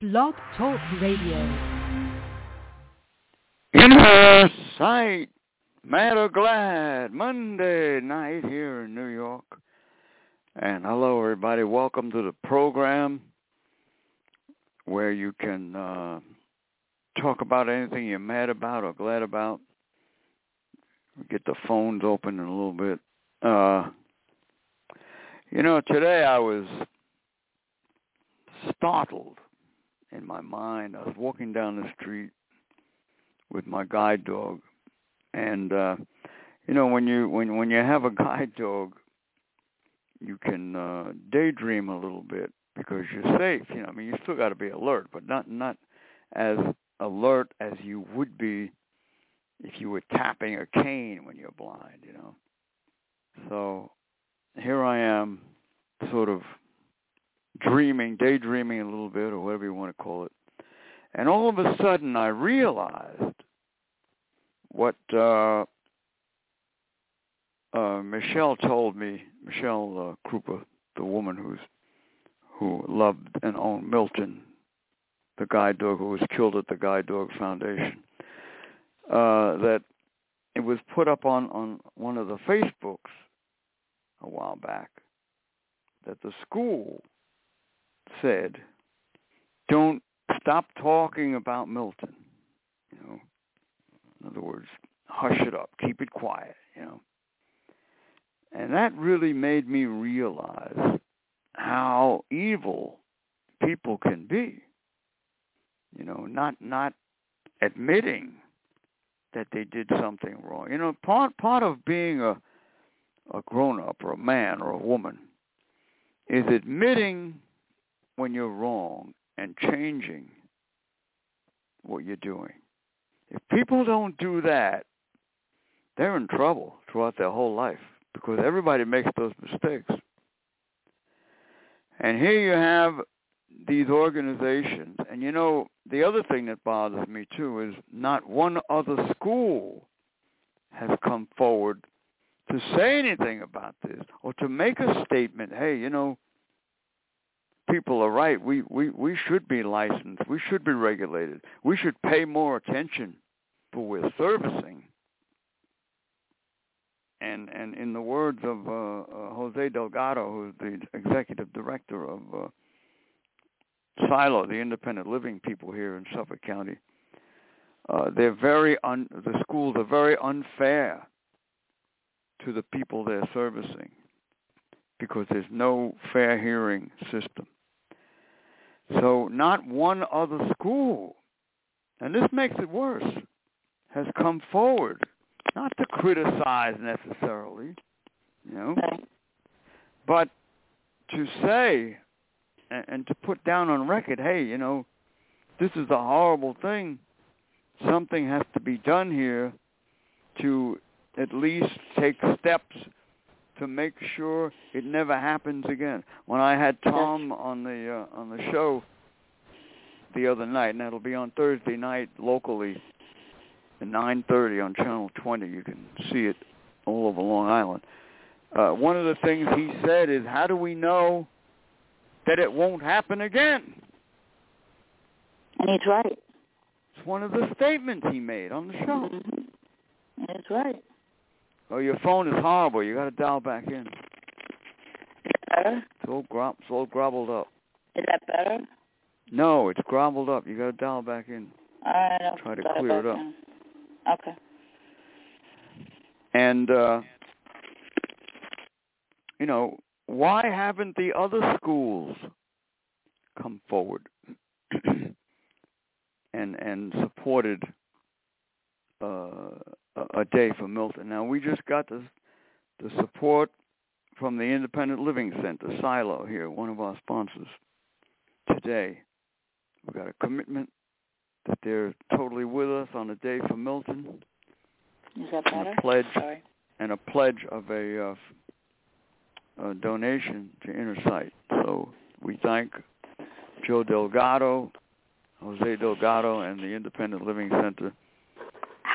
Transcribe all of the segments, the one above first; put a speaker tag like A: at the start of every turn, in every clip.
A: Blog Talk Radio.
B: In her sight, Matter Glad, Monday night here in New York. And hello, everybody. Welcome to the program where you can uh, talk about anything you're mad about or glad about. We'll get the phones open in a little bit. Uh, you know, today I was startled in my mind. I was walking down the street with my guide dog and uh you know when you when when you have a guide dog you can uh daydream a little bit because you're safe you know i mean you still got to be alert but not not as alert as you would be if you were tapping a cane when you're blind you know so here i am sort of dreaming daydreaming a little bit or whatever you want to call it and all of a sudden i realized what uh, uh, Michelle told me, Michelle uh, Krupa, the woman who's who loved and owned Milton, the guide dog who was killed at the Guide Dog Foundation, uh, that it was put up on, on one of the Facebooks a while back that the school said, don't stop talking about Milton. You know, in other words, hush it up, keep it quiet, you know. And that really made me realize how evil people can be. You know, not not admitting that they did something wrong. You know, part part of being a a grown up or a man or a woman is admitting when you're wrong and changing what you're doing. If people don't do that, they're in trouble throughout their whole life because everybody makes those mistakes. And here you have these organizations. And you know, the other thing that bothers me too is not one other school has come forward to say anything about this or to make a statement, hey, you know, people are right. We, we, we should be licensed. We should be regulated. We should pay more attention to what we're servicing. And, and in the words of uh, uh, Jose Delgado, who's the executive director of uh, Silo, the independent living people here in Suffolk County, uh, they're very un- the schools are very unfair to the people they're servicing because there's no fair hearing system. So not one other school, and this makes it worse, has come forward, not to criticize necessarily, you know, but to say and, and to put down on record, hey, you know, this is a horrible thing. Something has to be done here to at least take steps to make sure it never happens again. When I had Tom on the uh, on the show the other night, and that'll be on Thursday night locally at 9:30 on Channel 20. You can see it all over Long Island. Uh, one of the things he said is, "How do we know that it won't happen again?"
C: And he's right.
B: It's one of the statements he made on the show.
C: Mhm. That's right.
B: Oh, your phone is horrible. You got to dial back in.
C: Better?
B: It's all, gro- it's all groveled up.
C: Is that better?
B: No, it's groveled up. You got to dial back in.
C: I don't
B: Try to
C: thought
B: clear
C: about
B: it up.
C: that. Okay.
B: And uh you know, why haven't the other schools come forward and and supported uh a, a day for Milton? Now we just got the the support from the Independent Living Center, Silo here, one of our sponsors today. We got a commitment that they're totally with us on a day for Milton
C: Is that
B: and
C: better?
B: a pledge
C: Sorry.
B: and a pledge of a, uh, f- a donation to InterSight. So we thank Joe Delgado, Jose Delgado, and the Independent Living Center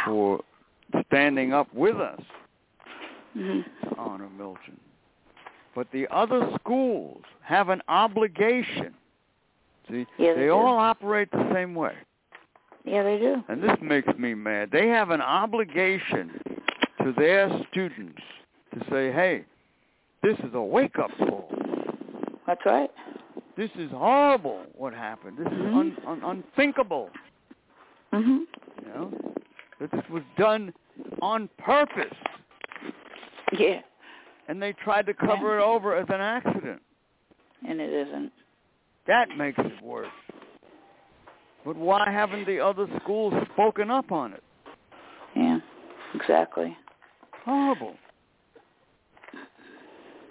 B: for standing up with us
C: hmm
B: to honor Milton. But the other schools have an obligation See,
C: Yeah, they
B: they
C: do.
B: all operate the same way.
C: Yeah, they do.
B: And this makes me mad. They have an obligation to their students to say, hey, this is a wake-up call.
C: That's right.
B: This is horrible what happened. This is un- un- unthinkable.
C: Mhm.
B: You know, that this was done on purpose,
C: Yeah.
B: and they tried to cover it over as an accident.
C: And it isn't.
B: That makes it worse. But why haven't the other schools spoken up on it?
C: Yeah. Exactly.
B: Horrible.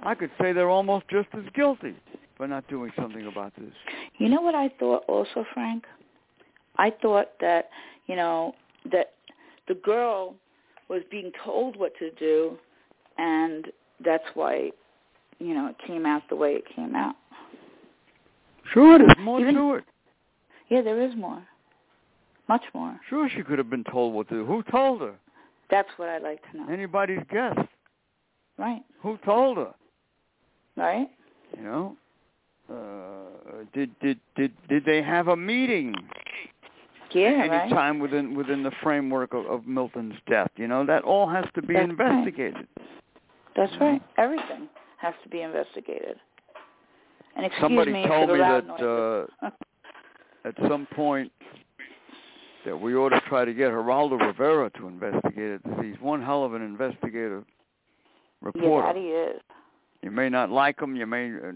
B: I could say they're almost just as guilty for not doing something about this.
C: You know what I thought also, Frank? I thought that, you know, that the girl was being told what to do and that's why, you know, it came out the way it came out.
B: Sure, there's more
C: Even-
B: to it.
C: Yeah, there is more. Much more.
B: Sure, she could have been told what to do. Who told her?
C: That's what I'd like to know.
B: Anybody's guess.
C: Right.
B: Who told her?
C: Right?
B: You know, uh, did did did did they have a meeting
C: Yeah,
B: any
C: right.
B: time within within the framework of, of Milton's death? You know, that all has to be
C: That's right.
B: investigated.
C: That's
B: Mm-hmm.
C: right. Everything has to be investigated. And excuse
B: Somebody
C: me
B: told
C: for the
B: me
C: loud
B: that uh,
C: noises.
B: at some point that we ought to try to get Geraldo Rivera to investigate it. He's one hell of an investigative
C: yeah,
B: reporter.
C: that he is.
B: you may not like him. You may, uh,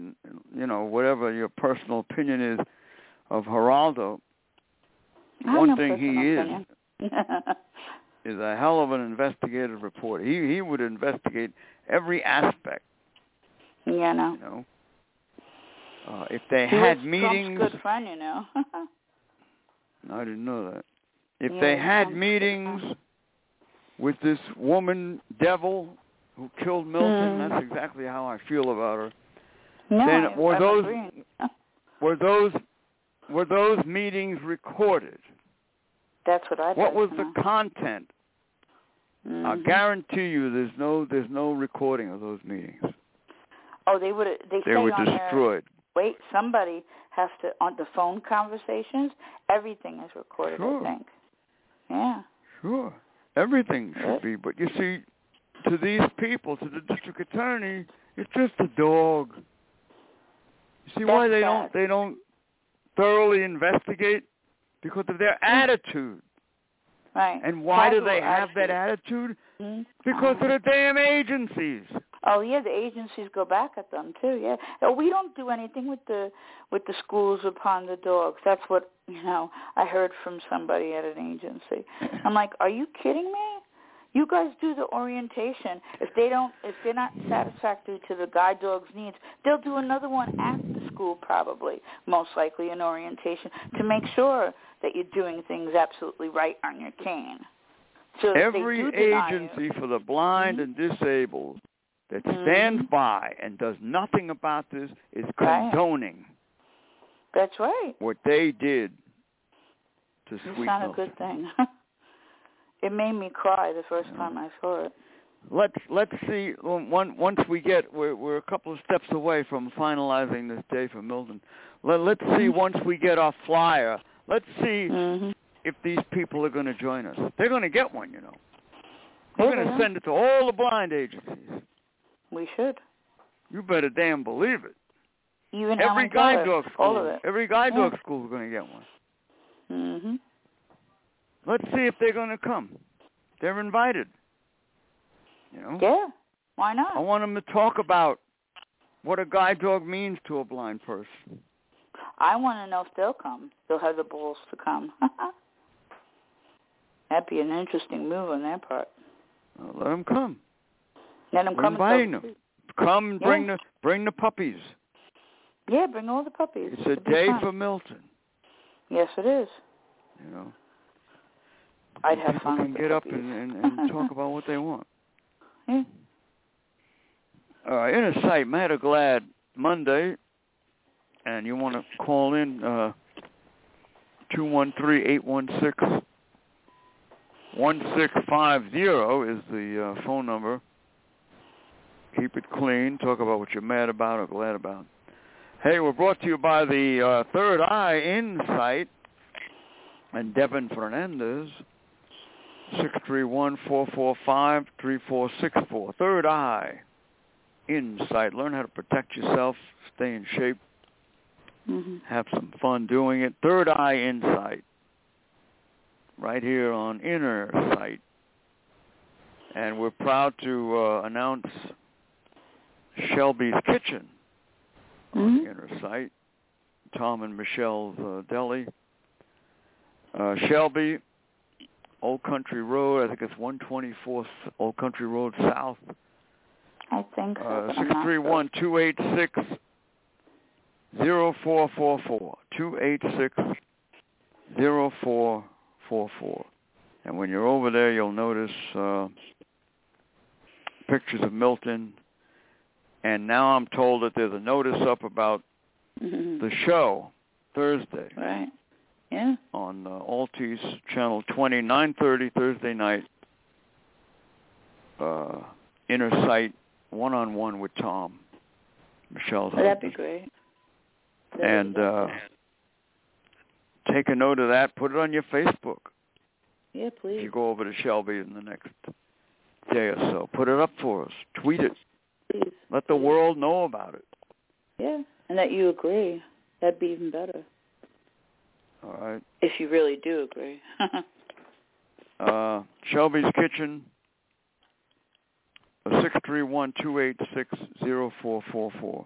B: you know, whatever your personal opinion is of Geraldo.
C: I have
B: One
C: no
B: thing he
C: personal
B: is
C: opinion.
B: is a hell of an investigative reporter. He he would investigate every aspect.
C: yeah, I know.
B: You know, uh, if they
C: He
B: had
C: was
B: meetings,
C: Trump's good friend, you know.
B: No, I didn't know that. If
C: Yeah,
B: they
C: he
B: had
C: sounds-
B: meetings with this woman devil who killed Milton,
C: Mm.
B: that's exactly how I feel about her.
C: no,
B: Then
C: I,
B: were
C: I'm
B: those-
C: agreeing.
B: Were those were those meetings recorded?
C: That's Uh-huh. what I.
B: What was the uh, content?
C: hmm
B: I guarantee you, there's no there's no recording of those meetings.
C: Oh, they would. They,
B: They
C: say
B: were
C: on Their,
B: destroyed.
C: wait, somebody has to on the phone conversations. Everything is recorded.
B: Sure.
C: I think. Yeah.
B: Sure, everything should
C: Right.
B: be. But you see, to these people, to the district attorney, it's just a dog. You see why
C: That's
B: they
C: sad.
B: don't they don't thoroughly investigate because of their
C: Mm.
B: attitude.
C: Right.
B: And why do
C: Casual
B: they have that
C: attitude.
B: attitude?
C: Mhm.
B: Because of
C: Uh-huh.
B: the damn agencies.
C: Oh yeah, the agencies go back at them too. Yeah, oh, we don't do anything with the with the schools upon the dogs. That's what you know. I heard from somebody at an agency. I'm like, are you kidding me? You guys do the orientation. If they don't, if they're not satisfactory to the guide dog's needs, they'll do another one at the school probably, most likely an orientation to make sure that you're doing things absolutely right on your cane. So if they
B: Every
C: do deny Mm-hmm. you-
B: agency for the blind and disabled that
C: Mhm.
B: stands by and does nothing about this is
C: Right.
B: condoning
C: that's right.
B: what they did to
C: It's
B: Sweet
C: not a
B: Milton.
C: good thing. it made me cry the first time I saw it.
B: Let's let's see. um, One, once we get we're we're a couple of steps away from finalizing this day for Milton. Let, let's see once we get our flyer. Let's see
C: Mm-hmm.
B: if these people are going to join us. They're going to get one, you know. We're
C: Yeah,
B: going to
C: yeah.
B: send it to all the blind agencies.
C: We should.
B: You better damn believe it.
C: Even
B: Every
C: Helen
B: guide
C: Keller,
B: dog school,
C: all of it.
B: every guide
C: Yeah.
B: dog school is going to get one.
C: Mm-hmm.
B: Let's see if they're going to come. They're invited. You know.
C: Yeah. Why
B: Oh. I
C: not?
B: want them to talk about what a guide dog means to a blind person.
C: I want to know if they'll come. They'll have the balls to come. That'd be an interesting move on their part.
B: Uh, let them come.
C: Let them
B: We're
C: come.
B: inviting
C: and
B: them.
C: tell the truth.
B: Come,
C: Yeah.
B: bring the bring the puppies.
C: Yeah, bring all the puppies.
B: It's a
C: It'd be
B: day
C: fun.
B: for Milton.
C: Yes, it is.
B: You know,
C: I'd have
B: people
C: fun
B: can
C: with the
B: get up
C: puppies.
B: and, and, and talk about what they want.
C: Yeah.
B: All right, inner sight, Matt are glad Monday, and you want to call in uh, 213-816-1650 is the uh, phone number. Keep it clean. Talk about what you're mad about or glad about. Hey, we're brought to you by the uh, Third Eye Insight and Devin Fernandez, 631-445-3464. Third Eye Insight. Learn how to protect yourself, stay in shape,
C: Mm-hmm.
B: have some fun doing it. Third Eye Insight, right here on Inner Sight. And we're proud to uh, announce Shelby's Kitchen on
C: Mhm.
B: Inner Sight, Tom and Michelle's uh, Deli. Uh, Shelby, Old Country Road, I think it's 124th Old Country Road South,
C: I think so.
B: uh,
C: but I'm not sure.
B: 631-286-0444. 286-0444. And when you're over there, you'll notice uh, pictures of Milton. And now I'm told that there's a notice up about
C: Mhm.
B: the show Thursday
C: Right. Yeah.
B: on uh, Altice Channel 20, 9.30 Thursday night, uh, Inner Sight, one-on-one with Tom, Michelle's
C: Oh, That'd be
B: husband.
C: great. That'd
B: And
C: be-
B: uh, take a note of that. Put it on your Facebook
C: yeah,
B: if you
C: please.
B: go over to Shelby in the next day or so. Put it up for us. Tweet it.
C: please.
B: Let the world know about it.
C: Yeah. And that you agree. That'd be even better.
B: All right.
C: If you really do agree.
B: Uh, Shelby's Kitchen, uh, six three one two eight six zero four four four.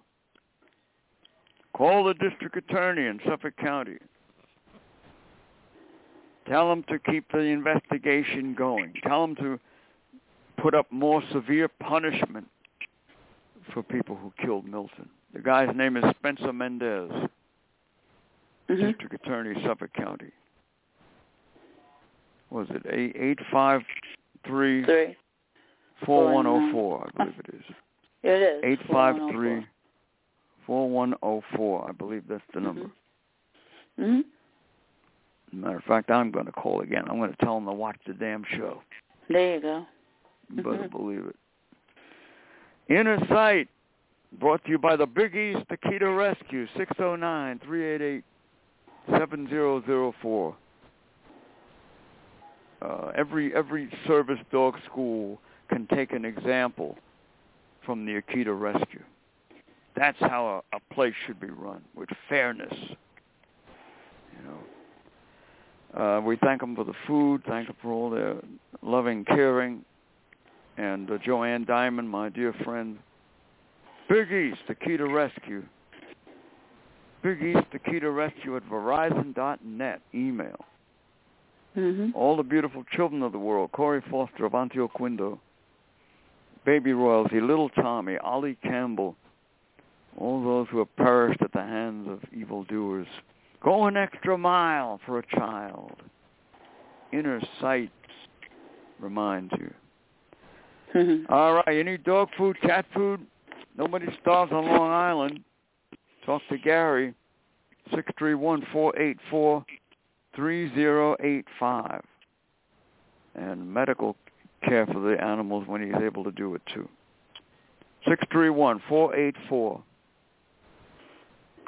B: Call the district attorney in Suffolk County. Tell him to keep the investigation going. Tell him to put up more severe punishment for people who killed Milton. The guy's name is Spencer Mendez,
C: Mhm.
B: district attorney, Suffolk County. Was it eight eight five three?
C: Three.
B: 4104, I believe it is.
C: It is. oh
B: 853 4104, I believe that's the number.
C: Mm-hmm.
B: Matter of fact, I'm going to call again. I'm going to tell them to watch the damn show.
C: There you go.
B: You better
C: Mhm.
B: believe it. Inner Sight, brought to you by the Big East Taquito Rescue, 609-388-7004. Uh, every every service dog school can take an example from the Akita Rescue. That's how a, a place should be run with fairness. You know, uh, we thank them for the food, thank them for all their loving, caring, and uh, Joanne Diamond, my dear friend. Big East, the key to rescue. Big East, the key to rescue at Verizon.net email.
C: Mhm.
B: All the beautiful children of the world, Corey Foster, Avanti Quindo, Baby Royalty, Little Tommy, Ollie Campbell, all those who have perished at the hands of evildoers. Go an extra mile for a child. Inner sight reminds you.
C: Mhm.
B: All right. Any dog food, cat food? Nobody starves on Long Island. Talk to Gary, six three one four eight four three zero eight five, and medical care for the animals when he's able to do it too. Six three one four eight four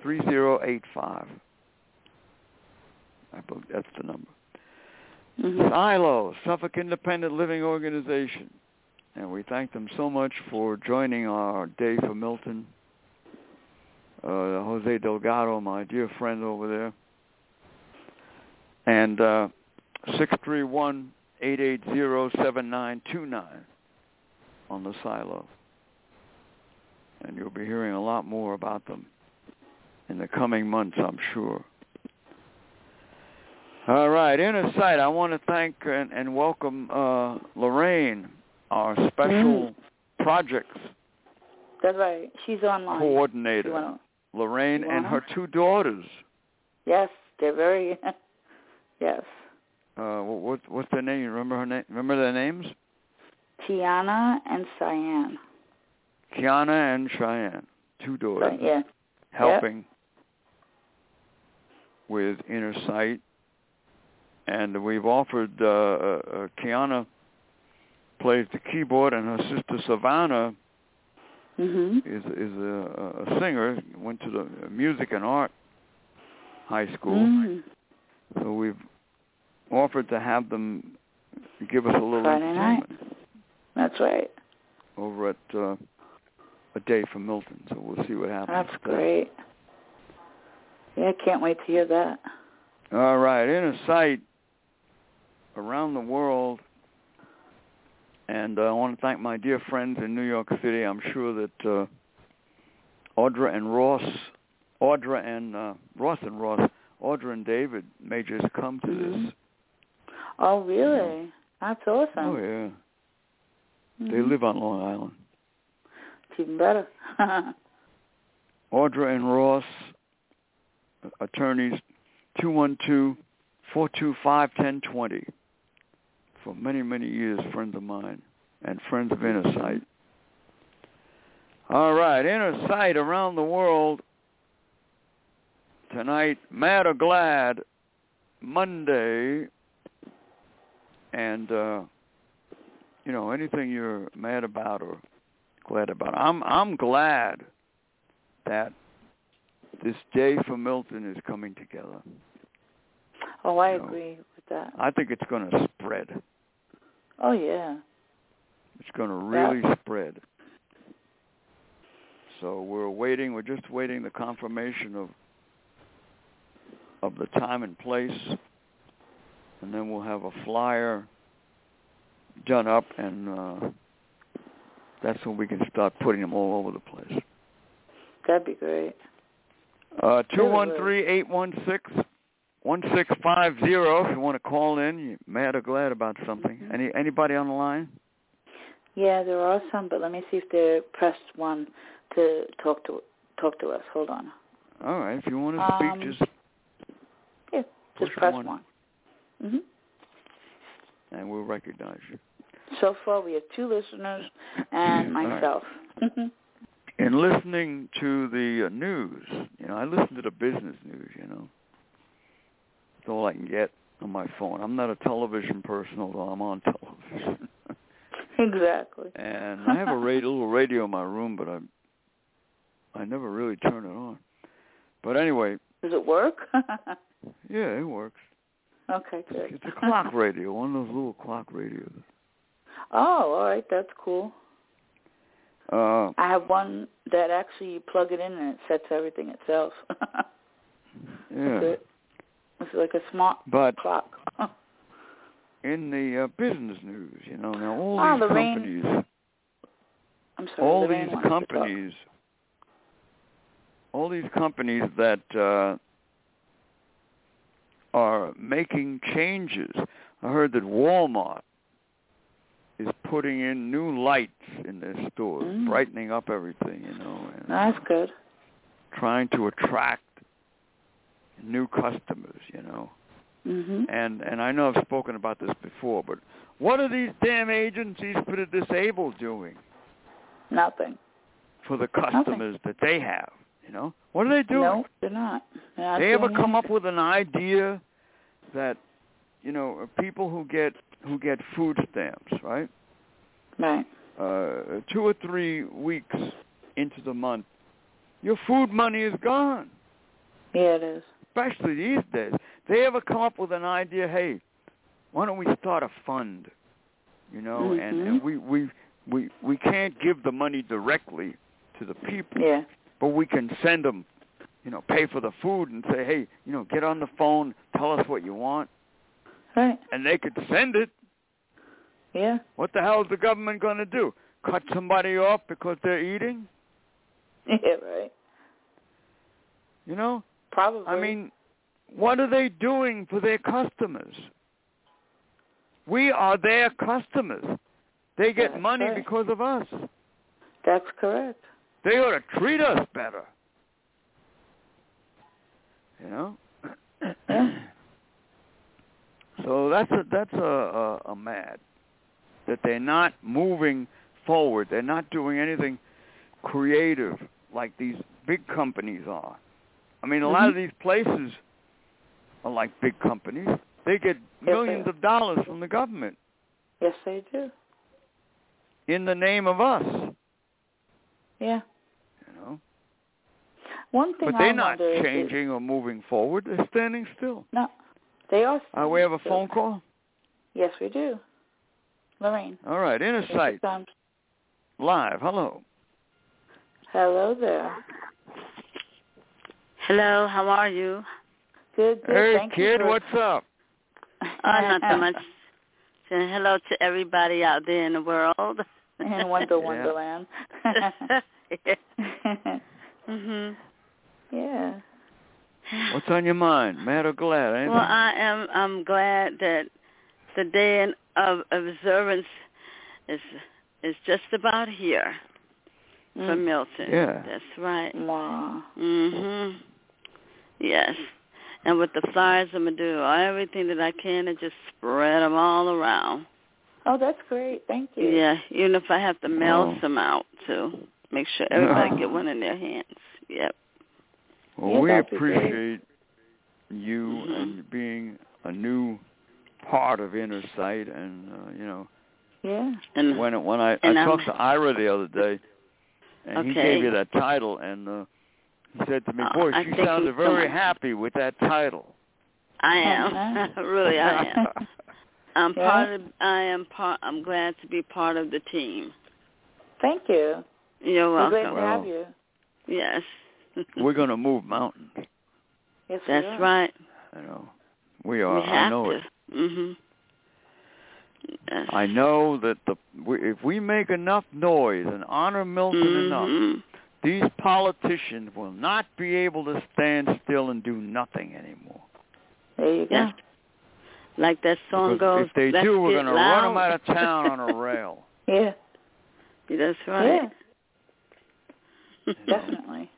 B: three zero eight five. I believe that's the number.
C: Mhm.
B: SILO, Suffolk Independent Living Organization. And we thank them so much for joining our Day for Milton. Uh, Jose Delgado, my dear friend over there. And uh, 631-880-7929 on the silo. And you'll be hearing a lot more about them in the coming months, I'm sure. All right, Inner Sight, I want to thank and, and welcome uh, Lorraine, our
C: Mm.
B: special projects
C: That's right. She's online. If you
B: coordinator.
C: wanna-
B: Lorraine
C: you
B: and
C: wanna?
B: her two daughters.
C: Yes, they're very. yes.
B: Uh, what, what what's their name? You remember her name? Remember their names?
C: Tiana and Cyan.
B: Kiana and Cheyenne, two daughters,
C: Right, yeah.
B: helping with Inner Sight, and we've offered uh, uh, uh, Kiana plays the keyboard, and her sister Savannah
C: Mhm.
B: is is a, a singer. Went to the music and art high school,
C: Mm.
B: so we've offered to have them give us a little
C: Friday night.
B: entertainment
C: That's right.
B: over at uh, a day from Milton. So we'll see what happens.
C: That's
B: with that.
C: great. Yeah, can't wait to hear that.
B: All right, in a sight around the world, and uh, I want to thank my dear friends in New York City. I'm sure that uh, Audra and Ross, Audra and uh, Ross and Ross, Audra and David may just come to this.
C: Mhm. Oh, really? That's awesome.
B: Oh yeah, they
C: Mhm.
B: live on Long Island.
C: It's even better.
B: Audra and Ross, attorneys, two one two four two five ten twenty. For many many years, friends of mine and friends of Inner Sight. All right, Inner Sight around the world tonight. Mad or glad, Monday, and uh, you know anything you're mad about or glad about. I'm I'm glad that this day for Milton is coming together.
C: oh, I
B: No.
C: agree with that.
B: I think it's going to spread.
C: Oh, yeah.
B: It's going to really spread. So we're waiting. We're just waiting the confirmation of of the time and place, and then we'll have a flyer done up, and uh, that's when we can start putting them all over the place.
C: That'd be great.
B: Uh, 213-816-1650 if you want to call in. You're mad or glad about something.
C: Mhm.
B: Any Anybody on the line?
C: Yeah, there are some, but let me see if they pressed one to talk to talk to us. Hold on.
B: All right. If you want to speak,
C: Um,
B: just
C: Just
B: Push
C: press
B: one.
C: hmm
B: and we'll recognize you.
C: So far, we have two listeners and
B: All right.
C: myself.
B: In listening to the uh, news, you know, I listen to the business news, you know. It's all I can get on my phone. I'm not a television person, although I'm on television.
C: exactly.
B: and I have a radio, little radio in my room, but I I never really turn it on. But anyway,
C: Does it work?
B: yeah, it works.
C: okay, good.
B: It's a clock radio, one of those little clock radios.
C: oh, all right, that's cool.
B: Uh,
C: I have one that actually you plug it in and it sets everything itself.
B: yeah.
C: It's a- It's like a smart
B: But
C: clock.
B: in the uh, business news, you know, now all
C: Ah,
B: these
C: the rain-
B: companies,
C: I'm sorry.
B: all
C: Lorraine
B: these
C: wants to talk.
B: companies, all these companies that uh, are making changes. I heard that Walmart is putting in new lights in their stores,
C: Mm.
B: brightening up everything, you know, and
C: That's good.
B: trying to attract new customers, you know.
C: Mhm.
B: and and I know I've spoken about this before, but what are these damn agencies for the disabled doing
C: Nothing.
B: for the customers that they have? You know, what are they doing?
C: No, they're not. They're not
B: they ever
C: doing
B: come
C: anything.
B: up with an idea that you know people who get who get food stamps, right?
C: Right.
B: Uh, two or three weeks into the month, your food money is gone.
C: Yeah, it is.
B: Especially these days, they ever come up with an idea? Hey, why don't we start a fund? you know and, and
C: Mhm.
B: we we we we can't give the money directly to the people
C: Yeah.
B: but we can send them you know pay for the food and say hey you know get on the phone tell us what you want
C: Right.
B: and they could send it
C: Yeah.
B: what the hell is the government going to do cut somebody off because they're eating
C: Yeah. Right.
B: you know
C: Probably.
B: i mean what are they doing for their customers we are their customers they get
C: That's
B: money
C: right.
B: because of us
C: That's correct.
B: They ought to treat us better. You know. so that's a that's a, a a mad that they're not moving forward. They're not doing anything creative like these big companies are. I mean, a lot of
C: Mhm.
B: these places are like big companies. They get
C: they
B: millions
C: are.
B: of dollars from the government
C: Yes, they do.
B: in the name of us.
C: Yeah.
B: You know,
C: One thing
B: but they're
C: I
B: not
C: wonder is-
B: changing or moving forward. They're standing still.
C: no, they are.
B: Uh, we have a
C: standing
B: phone call.
C: still. Yes, we do. Lorraine.
B: All right, Inner
C: this is
B: Sight
C: Tom.
B: live. Hello.
C: Hello there.
D: Hello, how are you?
C: Good. good.
B: hey,
C: Thank you
B: kid,
C: for- Ah,
B: what's up?
C: Uh,
D: Oh, not so much. Saying hello to everybody out there in the world.
C: In Wonder Wonderland.
D: mhm.
C: yeah.
B: What's on your mind, mad or glad? Anything?
D: Well, I am. I'm glad that the day in- of observance is is just about here for
C: Mm.
D: Milton.
B: Yeah.
D: That's right.
C: Wow.
D: Mhm. Yes. And with the flowers, I'm gonna do everything that I can to just spread them all around.
C: Oh, that's great. Thank you.
D: Yeah, even if I have to mail
B: Oh.
D: some out to make sure everybody
C: Oh.
D: get one in their hands. Yep.
B: Well,
C: Yeah,
B: we
C: that'd be great.
B: appreciate you
D: Mhm.
B: and being a new part of Inner Sight, and uh, you know
C: Yeah.
D: And
B: when when I
D: Mm. And
B: I
D: I'm-
B: talked to Ira the other day, and he
D: Okay.
B: gave you that title, and uh, he said to me,
D: Oh,
B: "Boy,
D: I
B: she
D: thank
B: sounded
D: you so
B: very
D: much."
B: happy with that title."
D: I am really I am. I'm
C: Yeah.
D: part of I am part I'm glad to be part of the team.
C: Thank you.
D: You're
C: We're glad
D: welcome.
C: to have you.
D: Yes.
B: We're gonna move mountains.
C: Yes, we are.
D: That's right.
B: You know, we are.
D: we have
B: I know
D: to.
B: it.
D: Mhm. Yes.
B: I know that the we, if we make enough noise and honor Milton enough,
D: Mhm.
B: these politicians will not be able to stand still and do nothing anymore.
C: There you go.
D: Yes. Like that song
B: Because
D: goes.
B: if they
D: let's
B: do, we're
D: get
B: going to
D: loud.
B: run them out of town on a rail.
C: Yeah.
D: That's right.
C: Yeah. Definitely.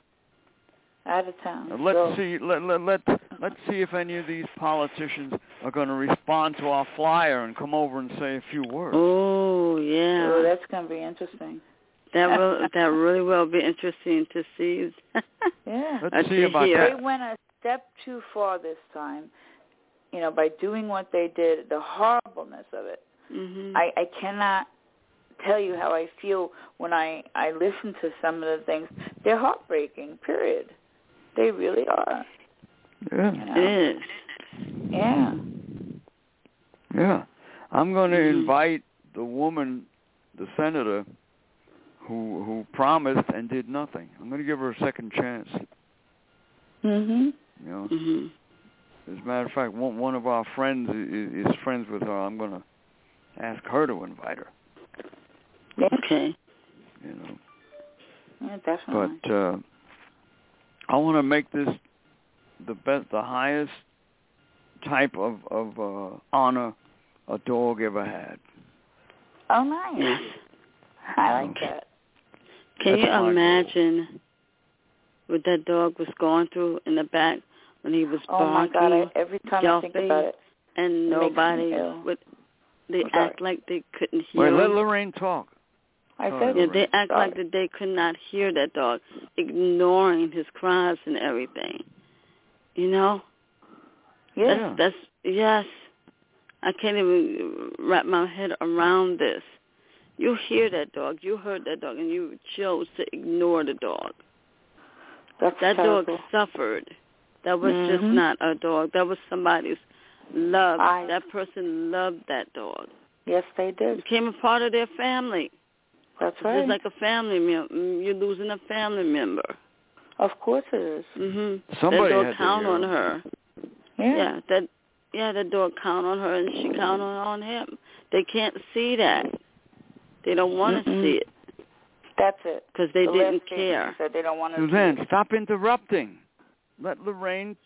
C: Out of town.
B: Now, let's
C: so,
B: see. Let let let let's see if any of these politicians are going to respond to our flyer and come over and say a few words.
D: Oh
C: Oh,
D: yeah.
C: that's going to be interesting.
D: That will that really will be interesting to see.
C: Yeah.
B: Let's
D: I
B: see
D: see
B: about
D: here.
C: They
B: that.
C: went a step too far this time, you know, by doing what they did, the horribleness of it.
D: hmm
C: I, I cannot tell you how I feel when I, I listen to some of the things. They're heartbreaking, period. They really are. You
B: Yeah,
D: It
C: know?
D: is.
C: Yeah.
B: yeah. I'm going to
D: Mhm.
B: invite the woman, the senator, who who promised and did nothing. I'm going to give her a second chance.
C: Mhm.
B: You know,
D: hmm
B: As a matter of fact, one one of our friends is, is friends with her. I'm gonna ask her to invite her.
C: Yeah.
D: Okay.
B: You know,
C: yeah definitely.
B: but uh, I want to make this the best, the highest type of of uh, honor a dog ever had.
C: oh, nice. I
D: Um,
C: like that.
D: Can
B: That's
D: you
B: my goal.
D: imagine what that dog was going through in the back when he was
C: Oh my
D: barking
C: God! I, every time I think
D: Delphine.
C: about it,
D: and
C: makes me
D: nobody
C: ill.
D: would they
C: I'm sorry.
D: act like they couldn't hear
B: Wait, let
D: him.
B: Lorraine talk.
C: I
B: Oh,
C: said
D: yeah,
B: Lorraine.
D: they act
C: sorry.
D: like that they could not hear that dog, ignoring his cries and everything. You know?
C: yeah.
B: Yeah.
D: That's yes. I can't even wrap my head around this. You hear that dog, you heard that dog, and you chose to ignore the dog.
C: That's
D: That
C: terrible.
D: dog suffered. That was just
C: Mhm.
D: not a dog. That was somebody's love.
C: I-
D: that person loved that dog.
C: Yes, they
D: It
C: did.
D: became a part of their family.
C: That's
D: It's
C: right.
D: just like a family member. You're losing a family member.
C: of course it is.
D: hmm that
B: Somebody
D: dog
B: had to
D: count
B: hear
D: on
B: him.
D: her.
C: Yeah.
D: yeah, that yeah, that dog count on her and she count on on him. They can't see that. They don't want to
C: Mm-mm.
D: see it
C: That's it.
D: because they
C: the
D: didn't
C: last statement
D: care.
C: Said they don't want to.
B: Suzanne, stop interrupting. Let Lorraine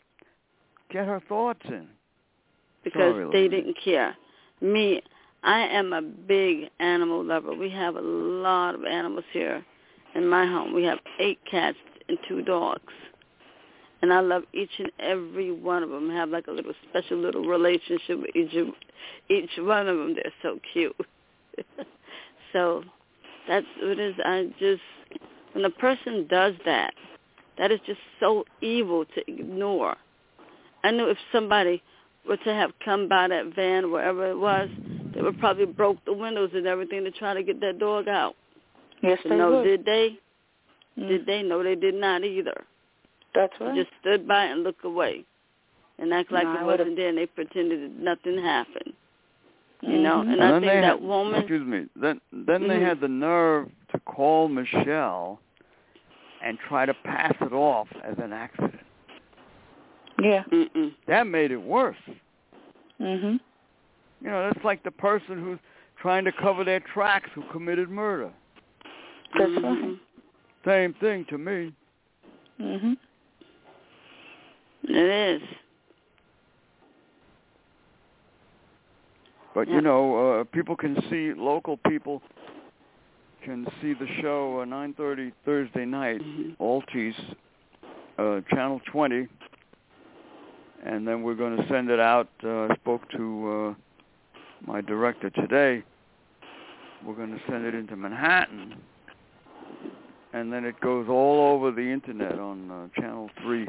B: get her thoughts in.
D: Because
B: Sorry, Lorraine.
D: they didn't care. Me, I am a big animal lover. We have a lot of animals here in my home. We have eight cats and two dogs. And I love each and every one of them. have like a little special little relationship with each of- each one of them. They're so cute. so that's what it is. I just when a person does that, that is just so evil to ignore. I know if somebody were to have come by that van, wherever it was, they would probably broke the windows and everything to try to get that dog out.
C: Yes,
D: But
C: they
D: no,
C: would. Mm.
D: did they? Did they know? They did not either.
C: That's
D: They
C: right.
D: just stood by and looked away, and act like
C: No, I
D: it
C: would've-
D: wasn't there, and they pretended that nothing happened. You
C: Mhm.
D: know, and I
B: then
D: think
B: they
D: that
B: had,
D: woman.
B: Excuse me. Then then they
D: Mhm.
B: had the nerve to call Michelle and try to pass it off as an accident.
C: yeah.
D: Mm-mm.
B: That made it worse.
C: Mhm.
B: You know, that's like the person who's trying to cover their tracks who committed murder.
C: That's
D: Mhm.
C: right.
B: Same thing to me.
C: Mhm.
D: It is.
B: But
D: Yeah.
B: you know, uh, people can see local people can see the show uh, 9:30 Thursday night,
D: Mhm.
B: Altice, uh, Channel 20, and then we're going to send it out. Uh, I spoke to uh, my director today. We're going to send it into Manhattan, and then it goes all over the internet on uh, Channel 3.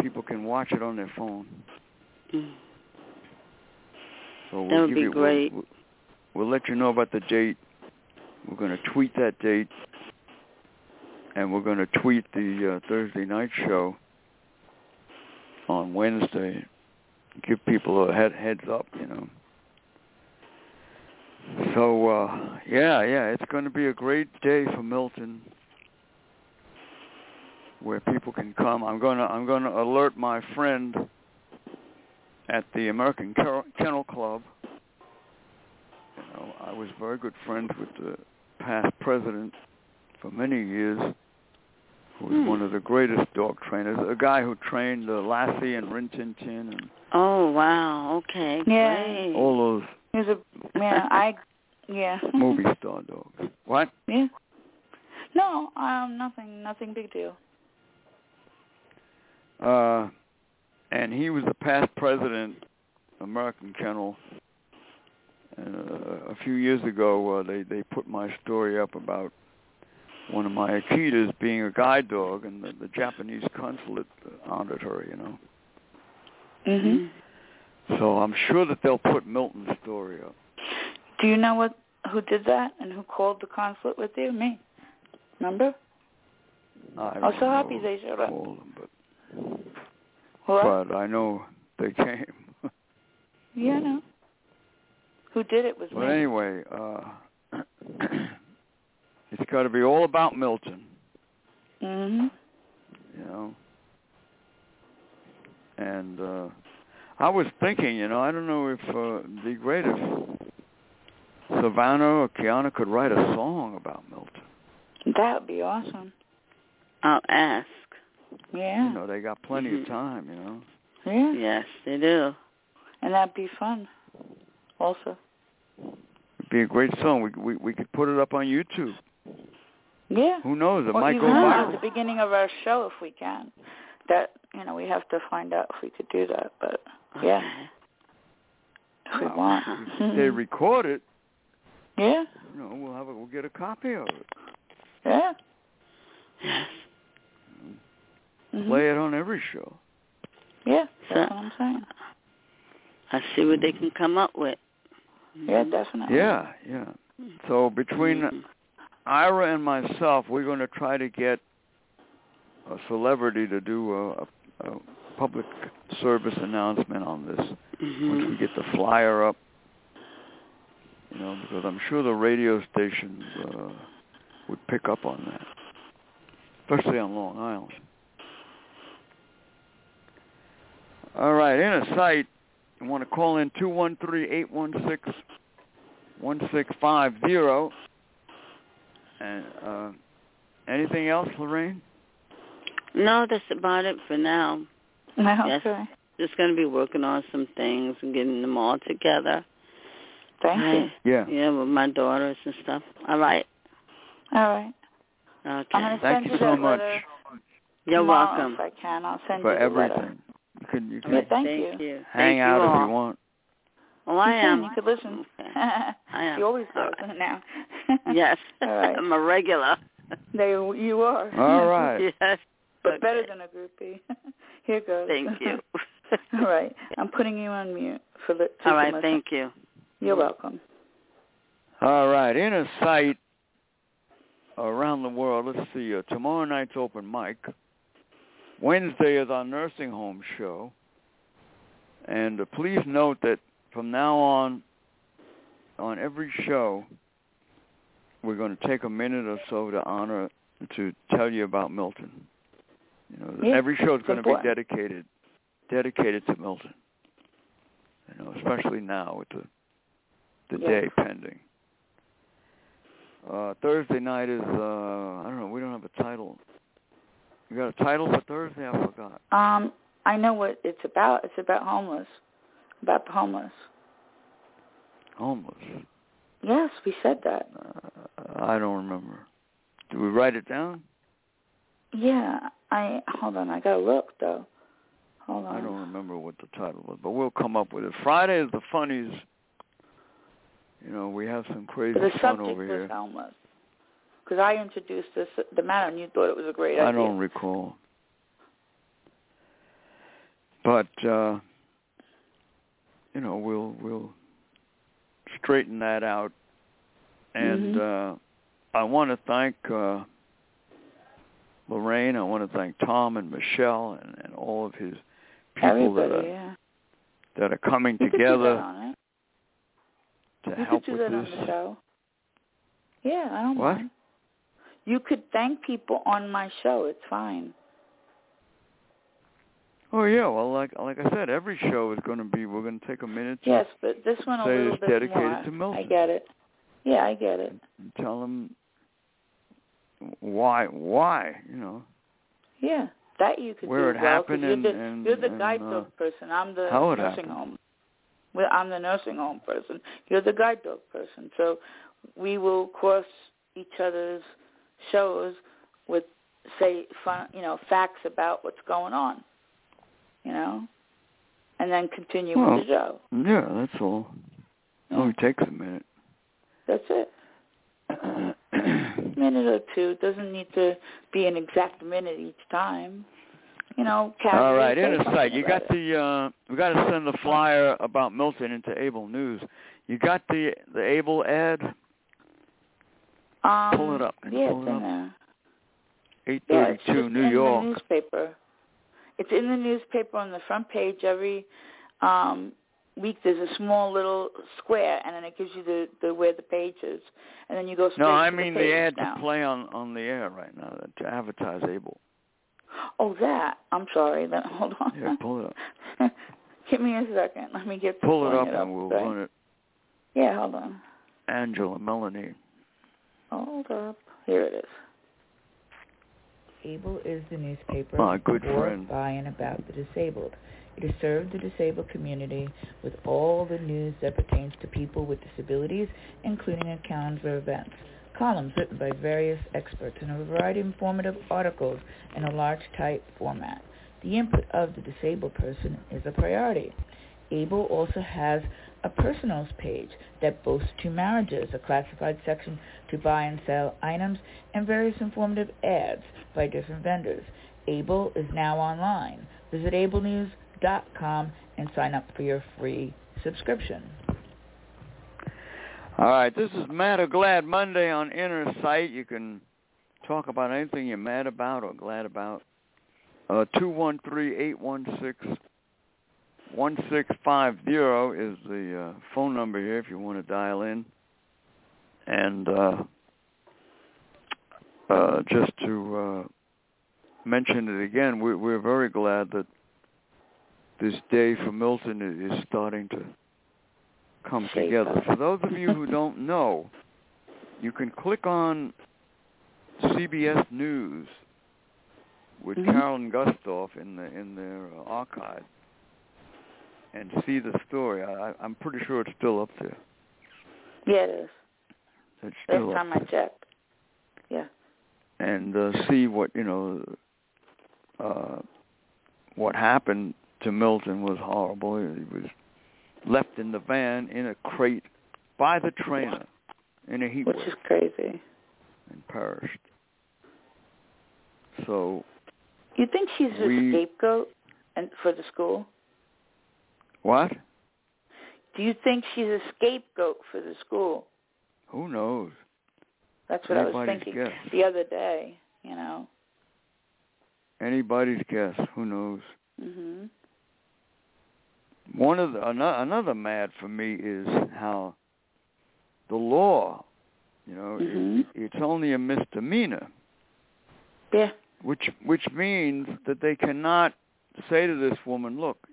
B: People can watch it on their phone.
D: Mm.
B: So we'll
D: That would
B: give
D: be
B: you,
D: great.
B: We'll, we'll let you know about the date. We're going to tweet that date, and we're going to tweet the uh, Thursday night show on Wednesday. Give people a head heads up, you know. So uh, yeah, yeah, it's going to be a great day for Milton, where people can come. I'm going to I'm going to alert my friend at the American Ker- Kennel Club. You know, I was very good friends with the past president for many years, who was
D: Hmm.
B: one of the greatest dog trainers, a guy who trained uh, Lassie and Rin Tin Tin and
D: Oh wow. Okay.
C: Yeah.
D: Great.
B: all those
C: He's a yeah. I yeah.
B: movie star dogs. What?
C: Yeah. No, um, nothing, nothing big deal.
B: Uh, and he was the past president, American Kennel. And, uh, a few years ago, uh, they they put my story up about one of my Akitas being a guide dog, and the, the Japanese consulate honored her. You know,
C: Mhm.
B: so I'm sure that they'll put Milton's story up.
C: Do you know what who did that and who called the consulate with you? Me. Remember?
B: I
C: I was
B: don't
C: so
B: know
C: happy they
B: who
C: showed up.
B: called them, but
C: What?
B: but I know they came.
C: Yeah, I know. Who did it was
B: But
C: me.
B: anyway, uh, it's got to be all about Milton,
C: Mhm.
B: you know. And uh, I was thinking, you know, I don't know if uh, the great if Savannah or Kiana could write a song about Milton.
C: That would be awesome.
D: I'll ask.
C: Yeah.
B: You know, they got plenty
D: Mhm.
B: of time, you know.
C: yeah.
D: Yes, they do.
C: And that'd be fun. Also.
B: It'd be a great song. We we we could put it up on YouTube.
C: Yeah.
B: Who knows? It
C: Or
B: might go
C: even at
B: viral.
C: the beginning of our show if we can. That you know, we have to find out if we could do that, but Yeah.
D: Okay.
C: if we
B: Well,
C: want. Mm-hmm.
B: If they record it,
C: yeah.
B: you know, we'll have a, we'll get a copy of it.
C: Yeah.
D: Yes.
C: Mhm.
B: Play it on every show.
C: Yeah,
D: So-
C: that's what I'm saying.
D: I see what they can come up with.
C: Yeah, definitely.
B: Yeah, yeah. So between
D: Mhm.
B: Ira and myself, we're going to try to get a celebrity to do a, a, a public service announcement on this once we
D: Mhm.
B: get the flyer up. You know, because I'm sure the radio stations uh, would pick up on that, especially on Long Island. All right, in a sight, you want to call in 213-816-1650 and uh, anything else, Lorraine?
D: Mm-hmm. No, that's about it for now.
C: No,
D: Yes.
C: okay.
D: Just going to be working on some things and getting them all together.
C: Thank you.
B: Yeah.
D: Yeah, with my daughters and stuff. All right.
C: All right.
D: Okay.
C: I'm gonna
B: Thank
C: send
B: you
C: that
B: so much
C: letter
D: You're
C: tomorrow
D: welcome.
C: If I can, I'll send
B: for
C: you the letter.
B: everything. You can you
D: All
B: can
C: Yeah,
D: right,
C: thank
D: thank you.
B: hang
D: thank
B: out
D: you all.
B: if you want.
D: Oh, I
C: you
D: am.
C: Can, you could listen.
D: Okay. I am.
C: She always
D: All
C: does now.
D: right. Yes.
C: All right.
D: I'm a regular.
C: They, you are.
B: All right.
D: Yes.
C: But better
D: Okay.
C: than a groupie. Here goes.
D: Thank you.
C: All right. I'm putting you on mute for the.
D: All right, thank you.
C: You're welcome.
B: All right, in a sight, around the world. Let's see. Uh, tomorrow night's open mic. Wednesday is our nursing home show. And uh, please note that from now on, on every show, we're going to take a minute or so to honor to tell you about Milton. You know,
C: Yeah,
B: every show is
C: it's
B: going to be
C: important.
B: dedicated dedicated to Milton. You know, especially now with the the
C: Yeah.
B: day pending. Uh, Thursday night is uh, I don't know. We don't have a title. You got a title for Thursday? I forgot.
C: Um, I know what it's about. It's about homeless, about the homeless.
B: Homeless.
C: Yes, we said that.
B: Uh, I don't remember. Do we write it down?
C: Yeah, I hold on. I gotta look though. Hold on.
B: I don't remember what the title was, but we'll come up with it. Friday is the funnies. You know, we have some crazy
C: The
B: fun
C: subject
B: over
C: was
B: here.
C: homeless. Because I introduced this the matter, and you thought it was a great
B: I
C: idea.
B: don't recall. But uh you know, we'll we'll straighten that out. And
C: Mm-hmm.
B: uh I want to thank uh Lorraine, I want to thank Tom and Michelle and, and all of his people that
C: Everybody,
B: are,
C: yeah.
B: that are coming
C: You could do that
B: together
C: on it.
B: to
C: You
B: help
C: could do
B: with
C: that
B: this.
C: on the show. Yeah, I don't
B: What?
C: mind. You could thank people on my show. It's fine.
B: Oh yeah, well like like I said, every show is going to be we're going to take a minute to
C: Yes, but this one a
B: Say
C: little
B: it's
C: bit
B: dedicated
C: more.
B: to Milton.
C: I get it. Yeah, I get it.
B: and tell them why why you know
C: Yeah, that you could
B: Where
C: do well,
B: it
C: 'cause
B: happened
C: you're the,
B: and- and-
C: you're the
B: and,
C: guide
B: uh,
C: dog person. I'm the
B: how it
C: nursing
B: happened.
C: home. Well, I'm the nursing home person. You're the guide dog person. So we will cross each other's shows with say fun, you know facts about what's going on, you know, and then continue
B: Well, oh,
C: with the show.
B: yeah that's all it only takes a minute
C: That's it. minute or two. It doesn't need to be an exact minute each time. You know, casually
B: all right
C: say
B: in a
C: something
B: sight you
C: about
B: got
C: it.
B: the uh we got to send the flyer about milton into able news you got the the able ad
C: um,
B: pull it up. Can you
C: yeah,
B: pull
C: it's
B: it
C: in
B: up?
C: there. Yeah, it's
B: 832
C: just
B: new
C: in
B: york
C: the newspaper. It's in the newspaper on the front page every um, week. There's a small little square, and then it gives you the, the where the page is, and then you go straight
B: no i
C: to
B: mean
C: the,
B: the,
C: page
B: ad
C: now.
B: to play on on the air right now to advertise able
C: Oh, that. I'm sorry. Then hold on.
B: yeah pull it up
C: Give me a second. Let me get to
B: pull it
C: pulling
B: up and we'll
C: sorry.
B: run it
C: Yeah, hold on.
B: angela melanie
C: Hold up. Here it is.
E: Able is the newspaper
B: My good
E: for,
B: friend.
E: by, and about the disabled. It has served the disabled community with all the news that pertains to people with disabilities, including accounts of events, columns written by various experts, and a variety of informative articles in a large type format. The input of the disabled person is a priority. Able also has a personals page that boasts two marriages, a classified section to buy and sell items, and various informative ads by different vendors. Able is now online. Visit ablenews.com and sign up for your free subscription.
B: All right, this is Matt or Glad Monday on Inner Sight. You can talk about anything you're mad about or glad about. Uh, Two one three eight one six one six five zero is the uh, phone number here if you want to dial in. And uh, uh, just to uh, mention it again, we, we're very glad that this day for Milton i- is starting to come
C: Shape
B: together.
C: up.
B: For those of you who don't know, you can click on CBS News with
C: Mhm.
B: Carolyn Gustoff in the in their uh, archive and see the story. I, I- I'm pretty sure it's still up there.
C: Yeah, it is.
B: It's still
C: Last
B: up
C: time I checked. Yeah.
B: there. and uh, see what you know. Uh, what happened to Milton was horrible. He was left in the van in a crate by the trainer in a heat
C: Which
B: wave.
C: is crazy.
B: and perished. So
C: You think she's a
B: We-
C: scapegoat and for the school?
B: what?
C: Do you think she's a scapegoat for the school?
B: Who knows?
C: That's what I was
B: Anybody's
C: thinking
B: guess.
C: the other day. You know.
B: Anybody's guess. Who knows?
C: Mhm.
B: One of the another, another mad for me is how the law, you know, it-
C: Mhm.
B: it's only a misdemeanor,
C: Yeah.
B: which which means that they cannot say to this woman, look,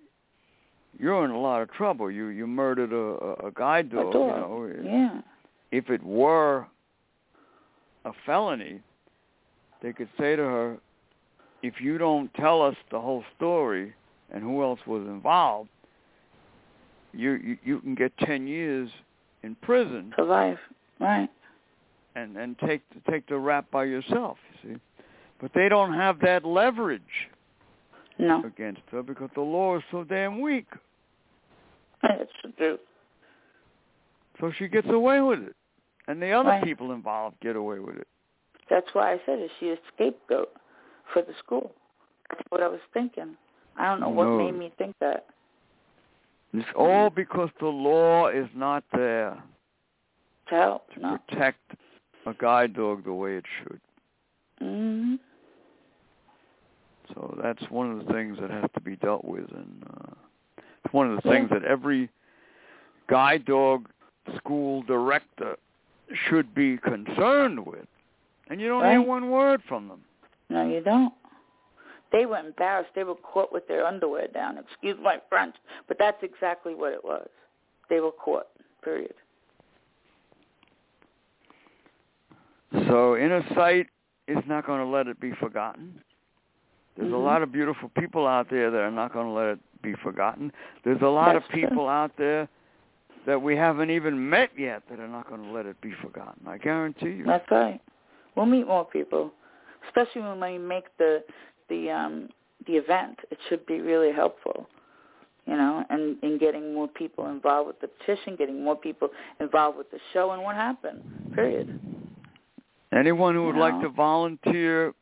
B: you're in a lot of trouble. You you murdered a a, a guide dog.
C: A
B: You
C: dog.
B: know,
C: Yeah.
B: if it were a felony, they could say to her, if you don't tell us the whole story and who else was involved, you you, you can get 10 years in prison
C: For life. Right.
B: and and take take the rap by yourself, you see. But they don't have that leverage
C: No.
B: against her because the law is so damn weak.
C: That's the truth.
B: So she gets away with it. And the other
C: Right.
B: people involved get away with it.
C: That's why I said is she a scapegoat for the school. That's what I was thinking. I don't know
B: Who
C: what
B: knows?
C: made me think that.
B: It's
C: Mm-hmm.
B: all because the law is not there.
C: To help.
B: to
C: No.
B: protect a guide dog the way it should.
C: Mhm.
B: So that's one of the things that has to be dealt with, and uh, it's one of the
C: Yeah.
B: things that every guide dog school director should be concerned with. And you don't hear
C: Right.
B: one word from them.
C: No, you don't. They were embarrassed. They were caught with their underwear down. Excuse my French, but that's exactly what it was. They were caught. Period.
B: So inner sight is not going to let it be forgotten. There's
C: Mhm.
B: a lot of beautiful people out there that are not going to let it be forgotten. There's a lot of
C: That's true.
B: people out there that we haven't even met yet that are not going to let it be forgotten. I guarantee you.
C: That's right. We'll meet more people, especially when we make the the um the event. It should be really helpful, you know, and in getting more people involved with the petition, getting more people involved with the show, and what happened. Period.
B: Anyone who would
C: You
B: like
C: know.
B: to volunteer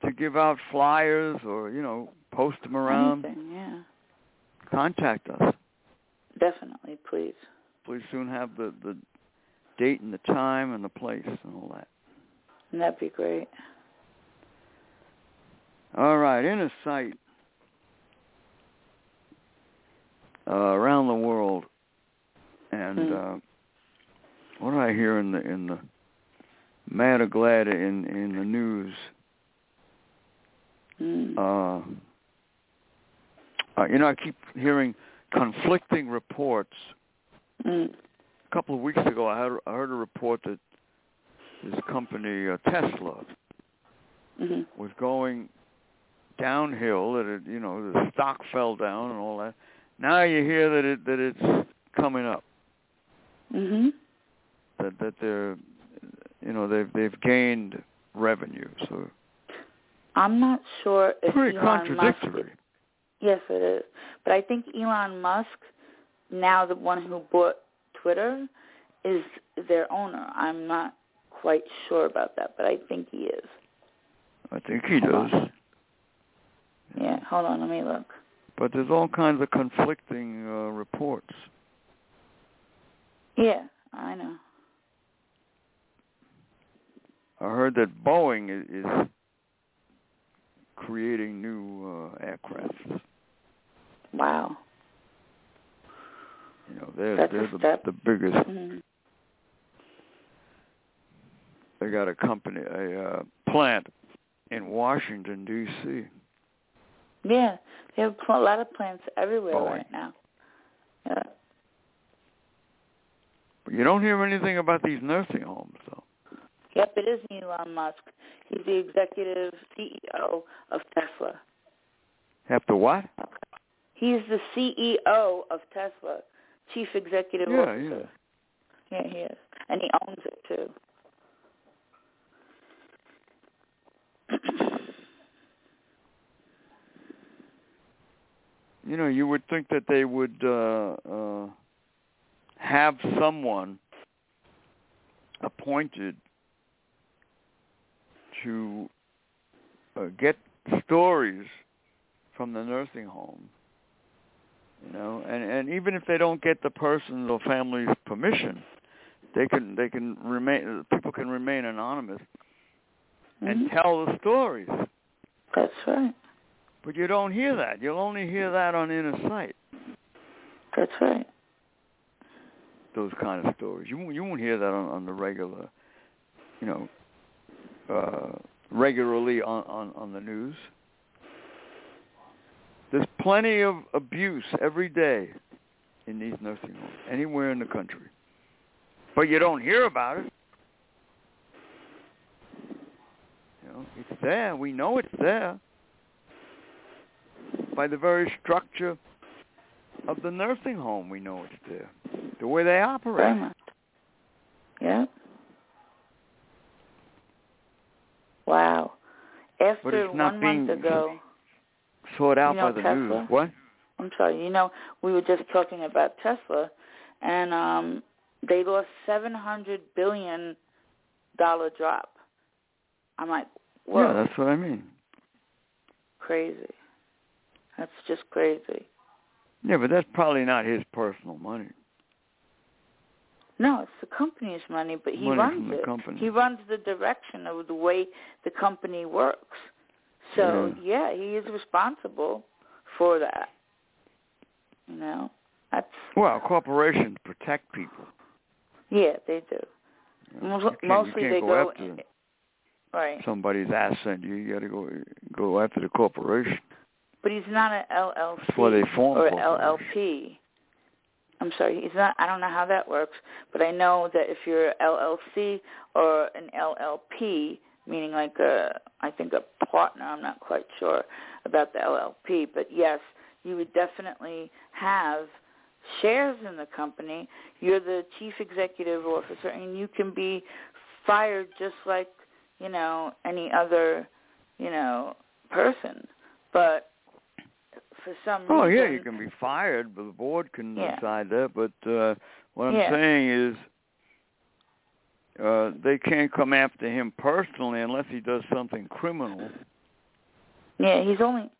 B: to give out flyers or you know post them around,
C: Anything, yeah.
B: contact us.
C: Definitely, please.
B: We soon have the the date and the time and the place and all that.
C: And that'd be great.
B: All right, inner sight uh, around the world, and
C: Hmm.
B: uh, what do I hear in the in the mad or glad in in the news?
C: Mm.
B: Uh, uh, you know, I keep hearing conflicting reports.
C: Mm.
B: A couple of weeks ago, I heard, I heard a report that this company uh, Tesla
C: Mm-hmm.
B: was going downhill that it you know the stock fell down and all that now you hear that it that it's coming up
C: Mhm.
B: that that they're you know they've they've gained revenue so
C: I'm not sure if
B: pretty
C: Elon Musk.
B: contradictory
C: Yes, it is. But I think Elon Musk, now the one who bought Twitter, is their owner. I'm not quite sure about that, but I think he is.
B: i think he does
C: Yeah. Hold on, let me look.
B: but there's all kinds of conflicting uh, reports
C: Yeah, I know.
B: i heard that boeing is, is creating new uh, aircraft
C: Wow.
B: you know they're
C: That's a
B: they're the,
C: step.
B: the biggest
C: Mhm.
B: they got a company a uh, plant in Washington D.C.
C: Yeah, they have pl- a lot of plants everywhere
B: Boy.
C: right now. Yeah.
B: But you don't hear anything about these nursing homes though.
C: Yep, it is Elon Musk. He's the executive CEO of Tesla.
B: Have to what?
C: He's the CEO of Tesla, chief executive
B: Yeah, yeah.
C: officer. Yeah. he is, and he owns it too.
B: You know, you would think that they would uh, uh, have someone appointed to uh, get stories from the nursing home. You know, and and even if they don't get the person's or family's permission, They can they can remain people can remain anonymous and tell the stories.
C: Mm-hmm. That's right.
B: But you don't hear that. You'll only hear that on Inner Sight.
C: That's right.
B: Those kind of stories. You won't- you won't hear that on, on the regular, you know, uh, regularly on, on on the news. There's plenty of abuse every day in these nursing homes anywhere in the country, but you don't hear about it. You know, it's there. We know it's there by the very structure of the nursing home. We know it's there, the way they
C: Very
B: operate.
C: much. Yeah. Wow. After
B: it's not
C: one month
B: being-
C: ago.
B: Sort out
C: You know,
B: by the
C: Tesla?
B: news. What?
C: I'm sorry, you know, we were just talking about Tesla and um they lost seven hundred billion dollar drop. I'm like, Whoa,
B: yeah, that's what I mean.
C: crazy. That's just crazy.
B: Yeah, but that's probably not his personal money.
C: No, it's the company's money, but he
B: Money
C: runs
B: from the
C: it.
B: company.
C: He runs the direction of the way the company works. So yeah, he is responsible for that. You know? That's
B: Well, corporations protect people.
C: yeah, they do.
B: you know.
C: Mo-
B: You can't- you
C: Mostly
B: can't
C: they
B: go,
C: go,
B: after
C: right.
B: somebody's asset. You got to go go after the corporation.
C: But he's not an LLC
B: That's why they form
C: or
B: corporations.
C: LLP. I'm sorry, he's not. I don't know how that works, but I know that if you're LLC or an LLP, meaning like a, I think a partner. I'm not quite sure about the LLP, but yes, you would definitely have shares in the company. You're the chief executive officer, and you can be fired just like you know any other you know person. But for some
B: Oh
C: reason,
B: yeah, you can be fired, but the board can
C: Yeah.
B: decide that. But uh, what I'm
C: Yeah.
B: saying is, uh, they can't come after him personally unless he does something criminal.
C: Yeah, he's only.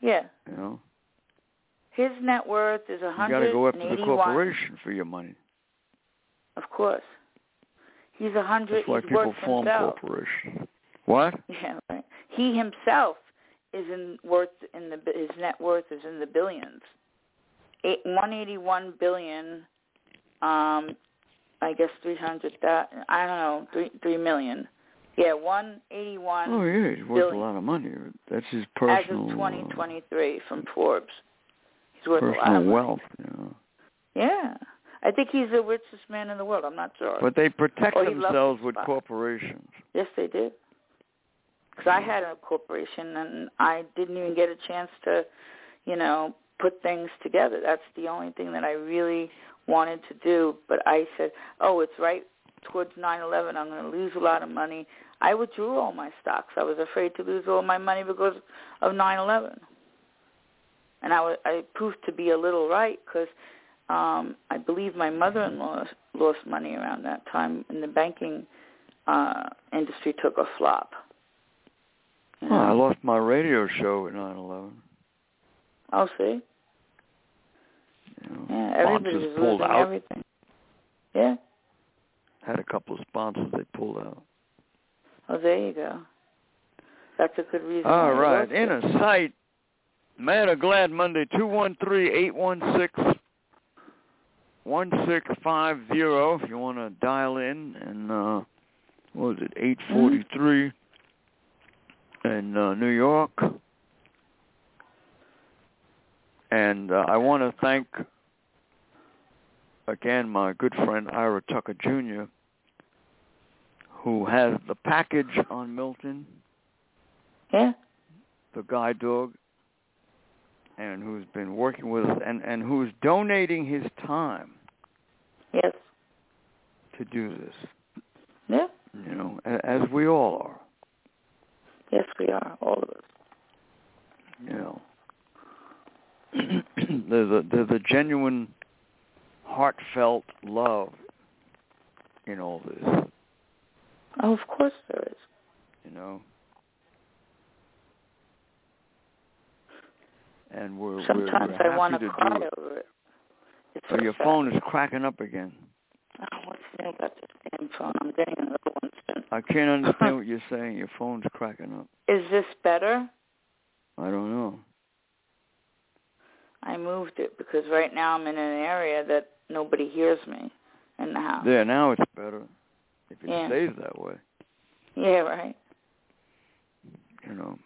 C: Yeah,
B: You know,
C: his net worth is a
B: you got to
C: hundred
B: go
C: and
B: after the
C: eighty-one.
B: corporation for your money.
C: Of course, he's a hundred.
B: That's why
C: He's
B: people
C: worth
B: form
C: himself.
B: corporations. What?
C: Yeah, right. He himself is in worth in the his net worth is in the billions. Eight, one eighty-one billion. Um, I guess three hundred thousand. I don't know, three three million. Yeah, one eighty-one
B: Oh yeah, he's worth a
C: billion.
B: lot of money. That's his
C: as
B: personal
C: of
B: uh,
C: twenty twenty-three from Forbes. He's worth a lot
B: personal
C: of money.
B: wealth. You know.
C: Yeah. I think he's the richest man in the world. I'm not sure.
B: But they protect
C: Oh, he loves
B: themselves
C: his
B: with
C: spot.
B: corporations.
C: yes, they do. Because I had a corporation and I didn't even get a chance to, you know, put things together. That's the only thing that I really wanted to do. But I said, oh, it's right towards 9-11. I'm going to lose a lot of money. I withdrew all my stocks. I was afraid to lose all my money because of 9-11. And I, was, I proved to be a little right because um, I believe my mother-in-law lost money around that time, and the banking uh, industry took a flop. You
B: Oh, I
C: know?
B: lost my radio show at 9/11.
C: oh, see,
B: You know,
C: yeah, everybody
B: sponsors
C: was
B: pulled
C: losing
B: out.
C: everything. Yeah,
B: Had a couple of sponsors they pulled out.
C: oh, there you go. Mm-hmm. That's a good reason.
B: All
C: why they
B: right,
C: lost it.
B: inner sight. Man of Glad Monday two one three eight one six one six five zero. If you want to dial in and uh, what was it eight forty three in uh, New York. And uh, I want to thank again my good friend Ira Tucker Jr. who has the package on Milton
C: Yeah,
B: the guide dog, and who's been working with us and, and who's donating his time
C: yes,
B: to do this,
C: yeah,
B: you know, a- as we all are,
C: yes, we are all of us.
B: you know. there's a there's a genuine heartfelt love in all this,
C: Oh, of course there is.
B: you know. And we're we're-
C: Sometimes
B: we're
C: I
B: happy
C: want
B: to
C: cry
B: do it.
C: over it. It's
B: So
C: so
B: your
C: sad.
B: phone is cracking up again.
C: Oh, what's think that's the same phone. I'm getting another one soon.
B: I can't understand what you're saying. Your phone's cracking up.
C: Is this better?
B: I don't know.
C: I moved it because right now I'm in an area that nobody hears me in the house.
B: There, now it's better. If it
C: Ah. Yeah.
B: stays that way,
C: Yeah, right.
B: you know.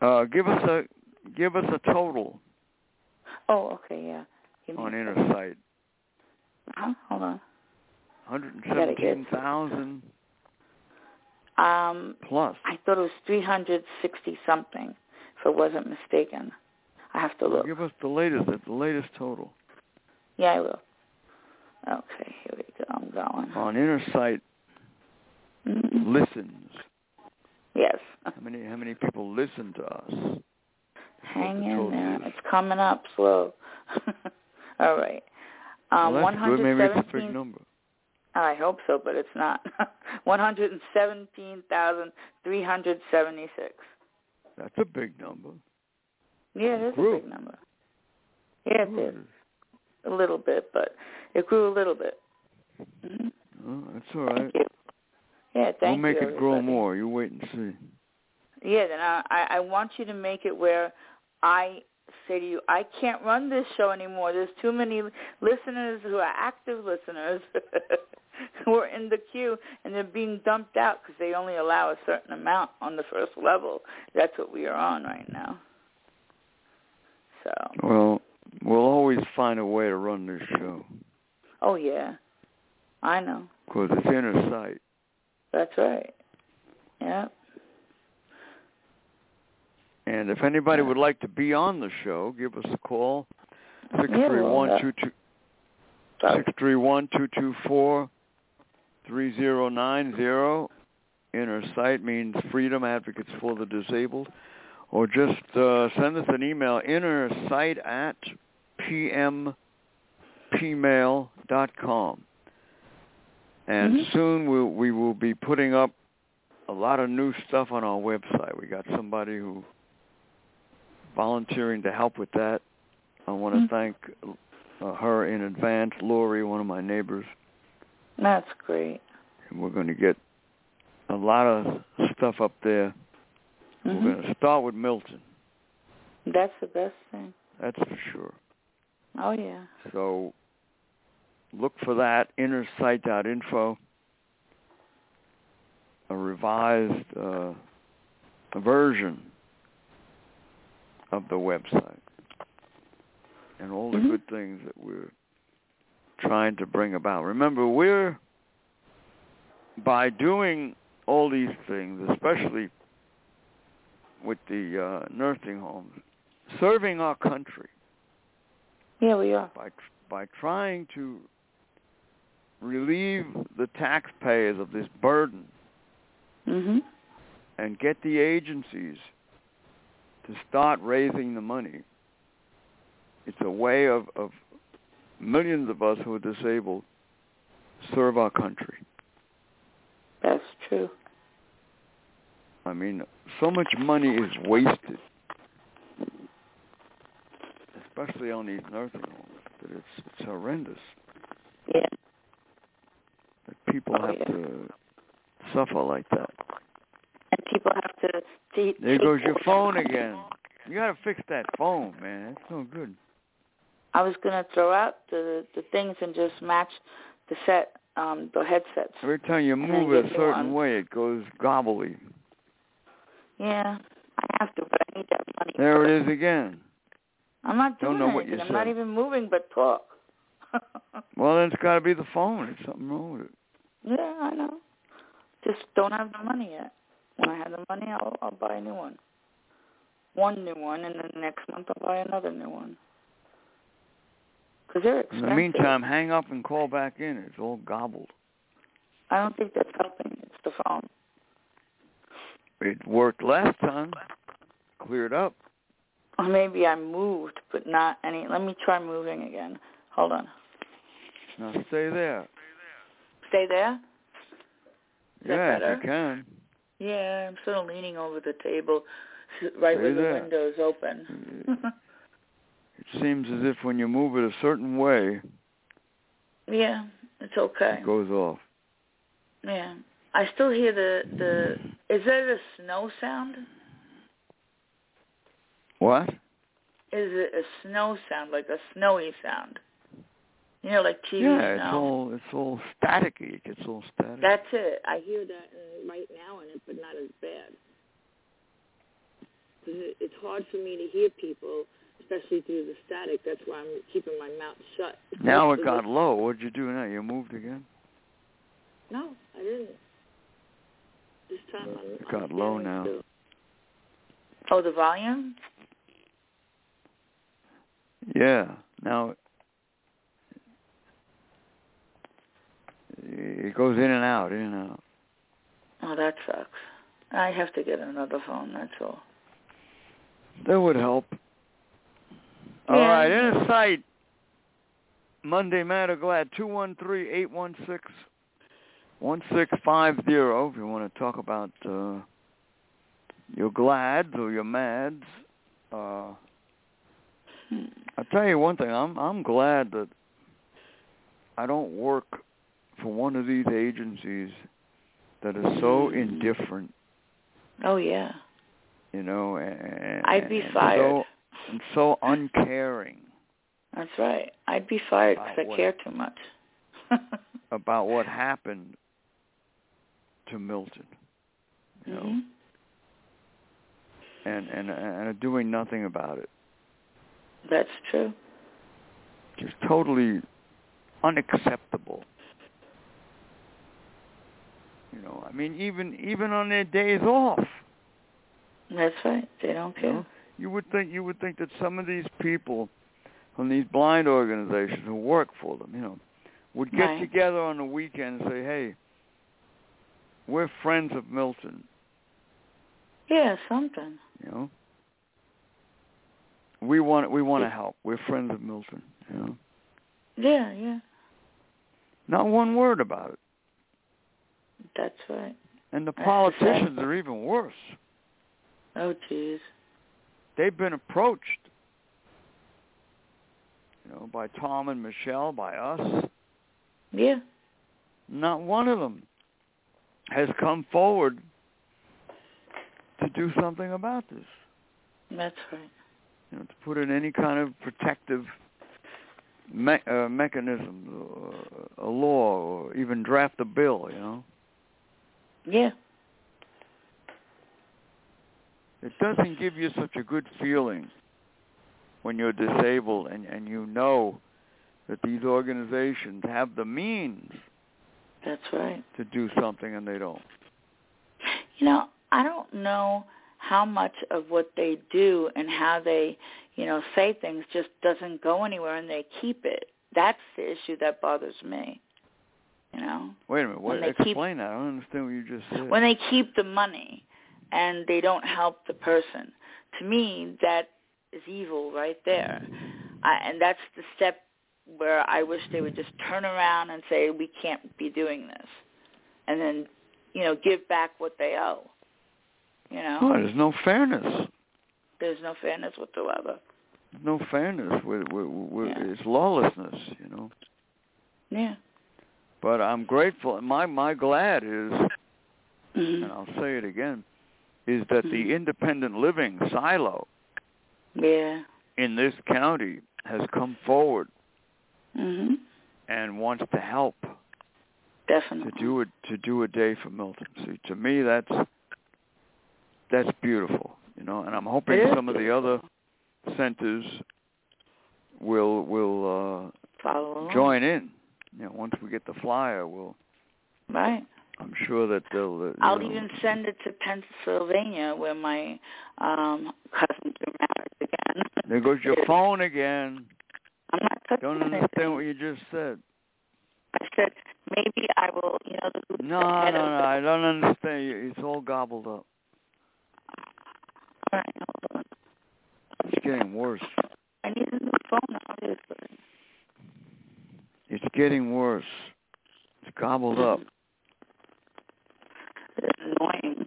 B: Uh, give us a give us a total
C: Oh, okay, yeah. Give me
B: on
C: a
B: inner
C: second.
B: sight.
C: Huh? Hold on.
B: Hundred and
C: Gotta get-
B: seventeen thousand
C: Um,
B: plus.
C: I thought it was 360 something, if I wasn't mistaken. I have to
B: Well,
C: look.
B: Give us the latest, the latest total
C: Yeah, I will. Okay, here we go. I'm going.
B: on inner sight
C: Mhm.
B: listens.
C: Yes.
B: How many how many people listen to us?
C: Uh, Hang
B: the
C: in
B: total
C: there.
B: is.
C: It's coming up slow. All right. Um,
B: well, that's good. Maybe it's a big
C: 117
B: number.
C: Oh, I hope so, but it's not. 117,376.
B: That's a big number.
C: Yeah, it is a
B: Grew.
C: big number. Yeah, it did.
B: Good.
C: A little bit, but it grew a little bit. Mhm.
B: Well, that's all right.
C: Thank you. Yeah, thank
B: we'll make
C: you,
B: it grow
C: everybody.
B: more. You wait and see.
C: Yeah, then I, I I want you to make it where I say to you, I can't run this show anymore. There's too many listeners who are active listeners who are in the queue and they're being dumped out because they only allow a certain amount on the first level. That's what we are on right now. So,
B: Well, we'll always find a way to run this show
C: oh yeah, I know.
B: because it's inner sight.
C: That's right. Yeah.
B: And if anybody
C: Yeah.
B: would like to be on the show, give us a call six
C: Yeah,
B: three
C: well, uh,
B: one
C: that-
B: two two
C: So,
B: six three one two two four three zero nine zero. Inner sight means freedom advocates for the disabled, or just uh, send us an email inner sight at pmpmail.com. And
C: Mhm.
B: soon we'll, we will be putting up a lot of new stuff on our website. We got somebody who volunteering to help with that. I want to
C: Mhm.
B: thank uh, her in advance, Lori, one of my neighbors,
C: that's great.
B: and we're going to get a lot of stuff up there. We're
C: hmm
B: going to start with Milton,
C: That's the best thing.
B: that's for sure.
C: Oh yeah.
B: So look for that innersight.info, a revised uh, version of the website, and all the
C: Mhm.
B: good things that we're trying to bring about. Remember, we're by doing all these things, especially with the uh, nursing homes, serving our country
C: Yeah, we are.
B: by tr- by trying to relieve the taxpayers of this burden
C: Mhm.
B: and get the agencies to start raising the money. It's a way of, of millions of us who are disabled serve our country.
C: That's true.
B: I mean, so much money is wasted, especially on these nursing homes, that it's, it's horrendous
C: Yeah.
B: that people
C: Oh,
B: have
C: yeah.
B: to suffer like that.
C: and people have to de-
B: There
C: take
B: goes your
C: over.
B: phone again. You gotta fix that phone, man. It's no good.
C: I was gonna throw out the the things and just match the set, um, the headsets.
B: Every time you
C: And then
B: move it a
C: get new
B: certain
C: ones.
B: way, it goes gobbly.
C: Yeah, I have to, but I need that money.
B: There it is again.
C: I'm not
B: Don't
C: doing
B: know what
C: anything.
B: you
C: I'm not
B: said.
C: even moving, but talk.
B: Well, then it's gotta be the phone. There's something wrong with it.
C: yeah, I know. Just don't have the money yet. When I have the money, I'll I'll buy a new one. One new one, and then next month I'll buy another new one. Because they're
B: In
C: expensive.
B: the meantime, hang up and call back in. It's all gobbled.
C: I don't think that's helping. It's the phone.
B: It worked last time. Cleared up.
C: Or maybe I moved, but not any. Let me try moving again. Hold on.
B: Now stay there.
C: Stay there? Is that
B: yeah,
C: better?
B: if you can.
C: Yeah, I'm sort of leaning over the table, s- right
B: Stay
C: where
B: there.
C: the window's open.
B: It seems as if when you move it a certain way,
C: yeah, It's okay.
B: It goes off.
C: Yeah. I still hear the the. Is that a snow sound?
B: What?
C: Is it a snow sound like a snowy sound? You know, like TV
B: yeah, it's
C: snow.
B: all it's all staticky. It gets all static.
D: That's it. I hear that uh, right now in it, but not as bad. 'Cause it- It's hard for me to hear people, especially through the static. That's why I'm keeping my mouth shut.
B: now it got low. What'd you do now? You moved again?
D: No, I didn't. This time
B: Well,
D: I'm,
B: it
D: I'm
B: got low
D: standing
B: now.
D: still.
C: Oh, the volume.
B: Yeah. Now it goes in and out, in and out.
C: Oh, that sucks. I have to get another phone. That's all.
B: That would help. All
C: Yeah.
B: right, in a sight. Monday Matter Glad, 213-816-1650 if you want to talk about uh, your glads or your mads. Uh, I tell you one thing, I'm I'm glad that I don't work for one of these agencies that is so
C: Mm-hmm.
B: indifferent,
C: Oh yeah.
B: you know, and
C: I'd be
B: and
C: fired.
B: So, and so uncaring
C: That's right. I'd be fired because
B: About
C: I
B: what?
C: care too much.
B: about what happened to Milton, you know,
C: Mhm.
B: and and and are doing nothing about it.
C: That's true.
B: Just totally unacceptable. You know, I mean, even even on their days off.
C: That's right. They don't
B: You
C: care.
B: know, you would think you would think that some of these people from these blind organizations who work for them, you know, would get
C: Right.
B: together on the weekend and say, "Hey, we're friends of Milton,"
C: Yeah, something.
B: you know. We want we want to help. We're friends of Milton, you know.
C: Yeah, yeah.
B: Not one word about it.
C: That's right.
B: And the
C: That's
B: politicians
C: sad.
B: are even worse.
C: Oh, jeez.
B: They've been approached, you know, by Tom and Michelle, by us,
C: Yeah.
B: Not one of them has come forward to do something about this,
C: That's right.
B: you know, to put in any kind of protective me- uh, mechanism, or a law, or even draft a bill. You know,
C: Yeah.
B: it doesn't give you such a good feeling when you're disabled and, and you know that these organizations have the means
C: That's right.
B: to do something and they don't.
C: You know, I don't know how much of what they do and how they, you know, say things just doesn't go anywhere and they keep it. That's the issue that bothers me. You know,
B: Wait a minute,
C: When
B: what,
C: they keep-
B: explain that. I don't understand what you just said.
C: when they keep the money and they don't help the person, to me that is evil right there. I, and that's the step where I wish they would just turn around and say we can't be doing this, and then you know give back what they owe. You know,
B: Oh, there's no fairness.
C: there's no fairness whatsoever.
B: no fairness. We're, we're, we're,
C: Yeah.
B: It's lawlessness, you know.
C: Yeah.
B: But I'm grateful. My my glad is, and
C: Mhm.
B: I'll say it again, is that
C: Hmm.
B: the independent living silo
C: Yeah.
B: in this county has come forward
C: Mhm.
B: and wants to help to
C: Definitely.
B: do it to do a day for Milton. See, to me that's that's beautiful, you know. And I'm hoping
C: It is
B: some of the other centers will will
C: Follow
B: uh,
C: along.
B: join in. You know, once we get the flyer, we'll
C: Right.
B: I'm sure that they'll. Uh, you
C: I'll
B: know,
C: even send it to Pennsylvania where my um cousins are married again.
B: There goes your phone again.
C: I'm not touching
B: Don't
C: anything.
B: understand what you just said.
C: I said maybe I will, you know, the
B: No, no, no. I don't understand. You. It's all gobbled up.
C: All right, hold on.
B: It's getting worse.
C: I need a new phone, obviously.
B: It's getting worse. It's gobbled up.
C: It's annoying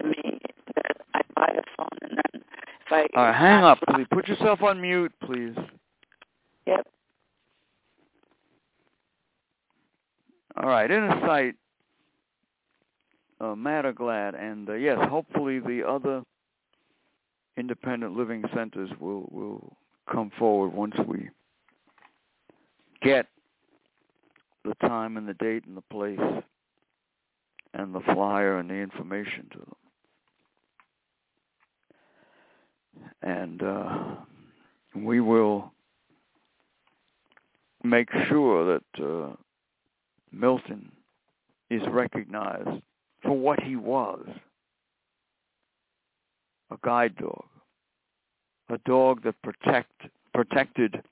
C: to me that I buy a phone and then if I
B: All right, hang up, please. Put yourself on mute, please.
C: Yep.
B: All right, Insight, uh, Matterglad, and uh, yes, hopefully the other independent living centers will will come forward once we get the time and the date and the place and the flyer and the information to them. And uh, we will make sure that uh, Milton is recognized for what he was, a guide dog, a dog that protect, protected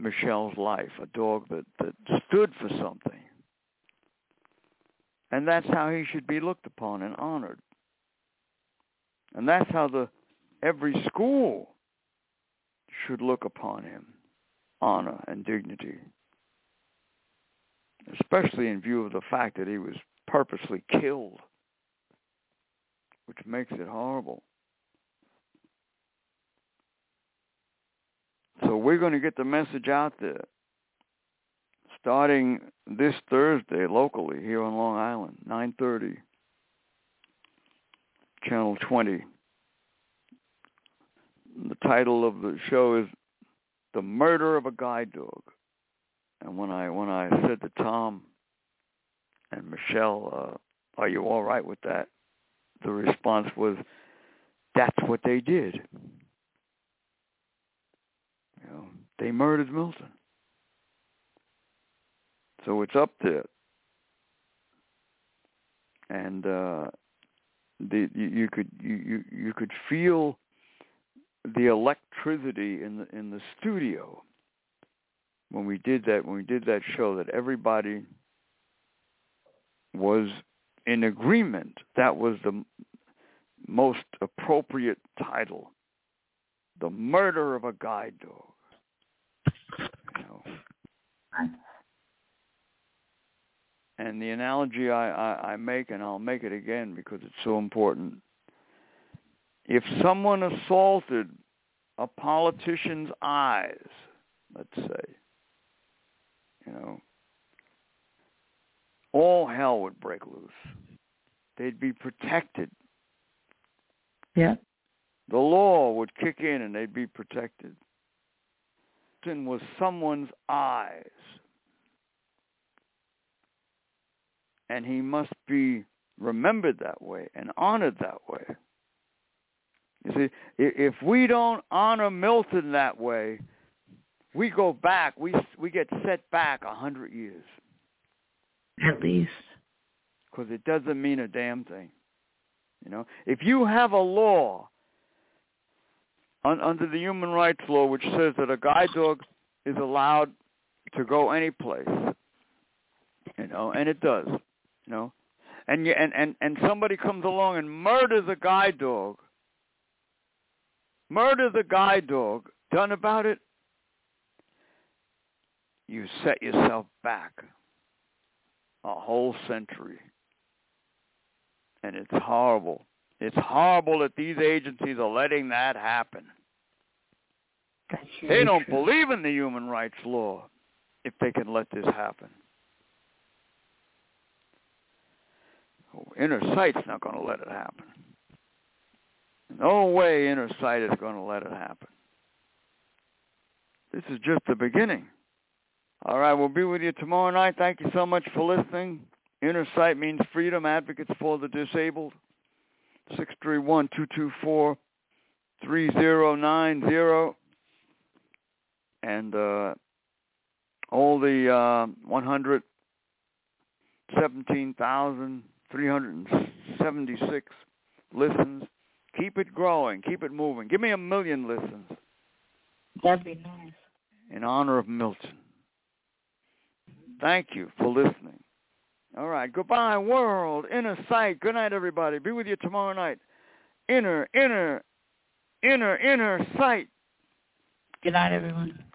B: Michelle's life, a dog that, that stood for something. And that's how he should be looked upon and honored. And that's how the every school should look upon him, honor and dignity. Especially in view of the fact that he was purposely killed, which makes it horrible. So we're going to get the message out there starting this Thursday locally here on Long Island, 9:30, channel 20. The title of the show is "The Murder of a Guide Dog." And when I when I said to Tom and Michelle, uh, "Are you all right with that?" The response was, "That's what they did." You know, they murdered Milton. So it's up there. And uh, the, you, you could you, you, you could feel the electricity in the in the studio when we did that when we did that show that everybody was in agreement that was the most appropriate title the murder of a guide dog you know and the analogy I, I, I, make, and I'll make it again because it's so important. If someone assaulted a politician's eyes, let's say, you know, all hell would break loose. They'd be protected.
E: Yeah.
B: The law would kick in and they'd be protected. Sin was someone's eyes. and he must be remembered that way and honored that way. You see, if we don't honor Milton that way, we go back. We we get set back a hundred years,
E: at least,
B: because it doesn't mean a damn thing. You know, if you have a law un, under the human rights law which says that a guide dog is allowed to go any place, you know, and it does you know and you, and and and somebody comes along and murders a guide dog murders a guide dog done about it you set yourself back a whole century and it's horrible it's horrible that these agencies are letting that happen
E: That's
B: they don't
E: true.
B: believe in the human rights law if they can let this happen Inner Sight's not going to let it happen. No way Inner Sight is going to let it happen. This is just the beginning. All right, we'll be with you tomorrow night. Thank you so much for listening. Inner Sight means freedom, advocates for the disabled. 631-224-3090. And uh, all the uh, 117,000 376 listens. Keep it growing. Keep it moving. Give me a million listens.
E: That'd be nice.
B: In honor of Milton. Thank you for listening. All right. Goodbye, world. Inner sight. Good night, everybody. Be with you tomorrow night. Inner, inner, inner, inner sight.
E: Good night, everyone.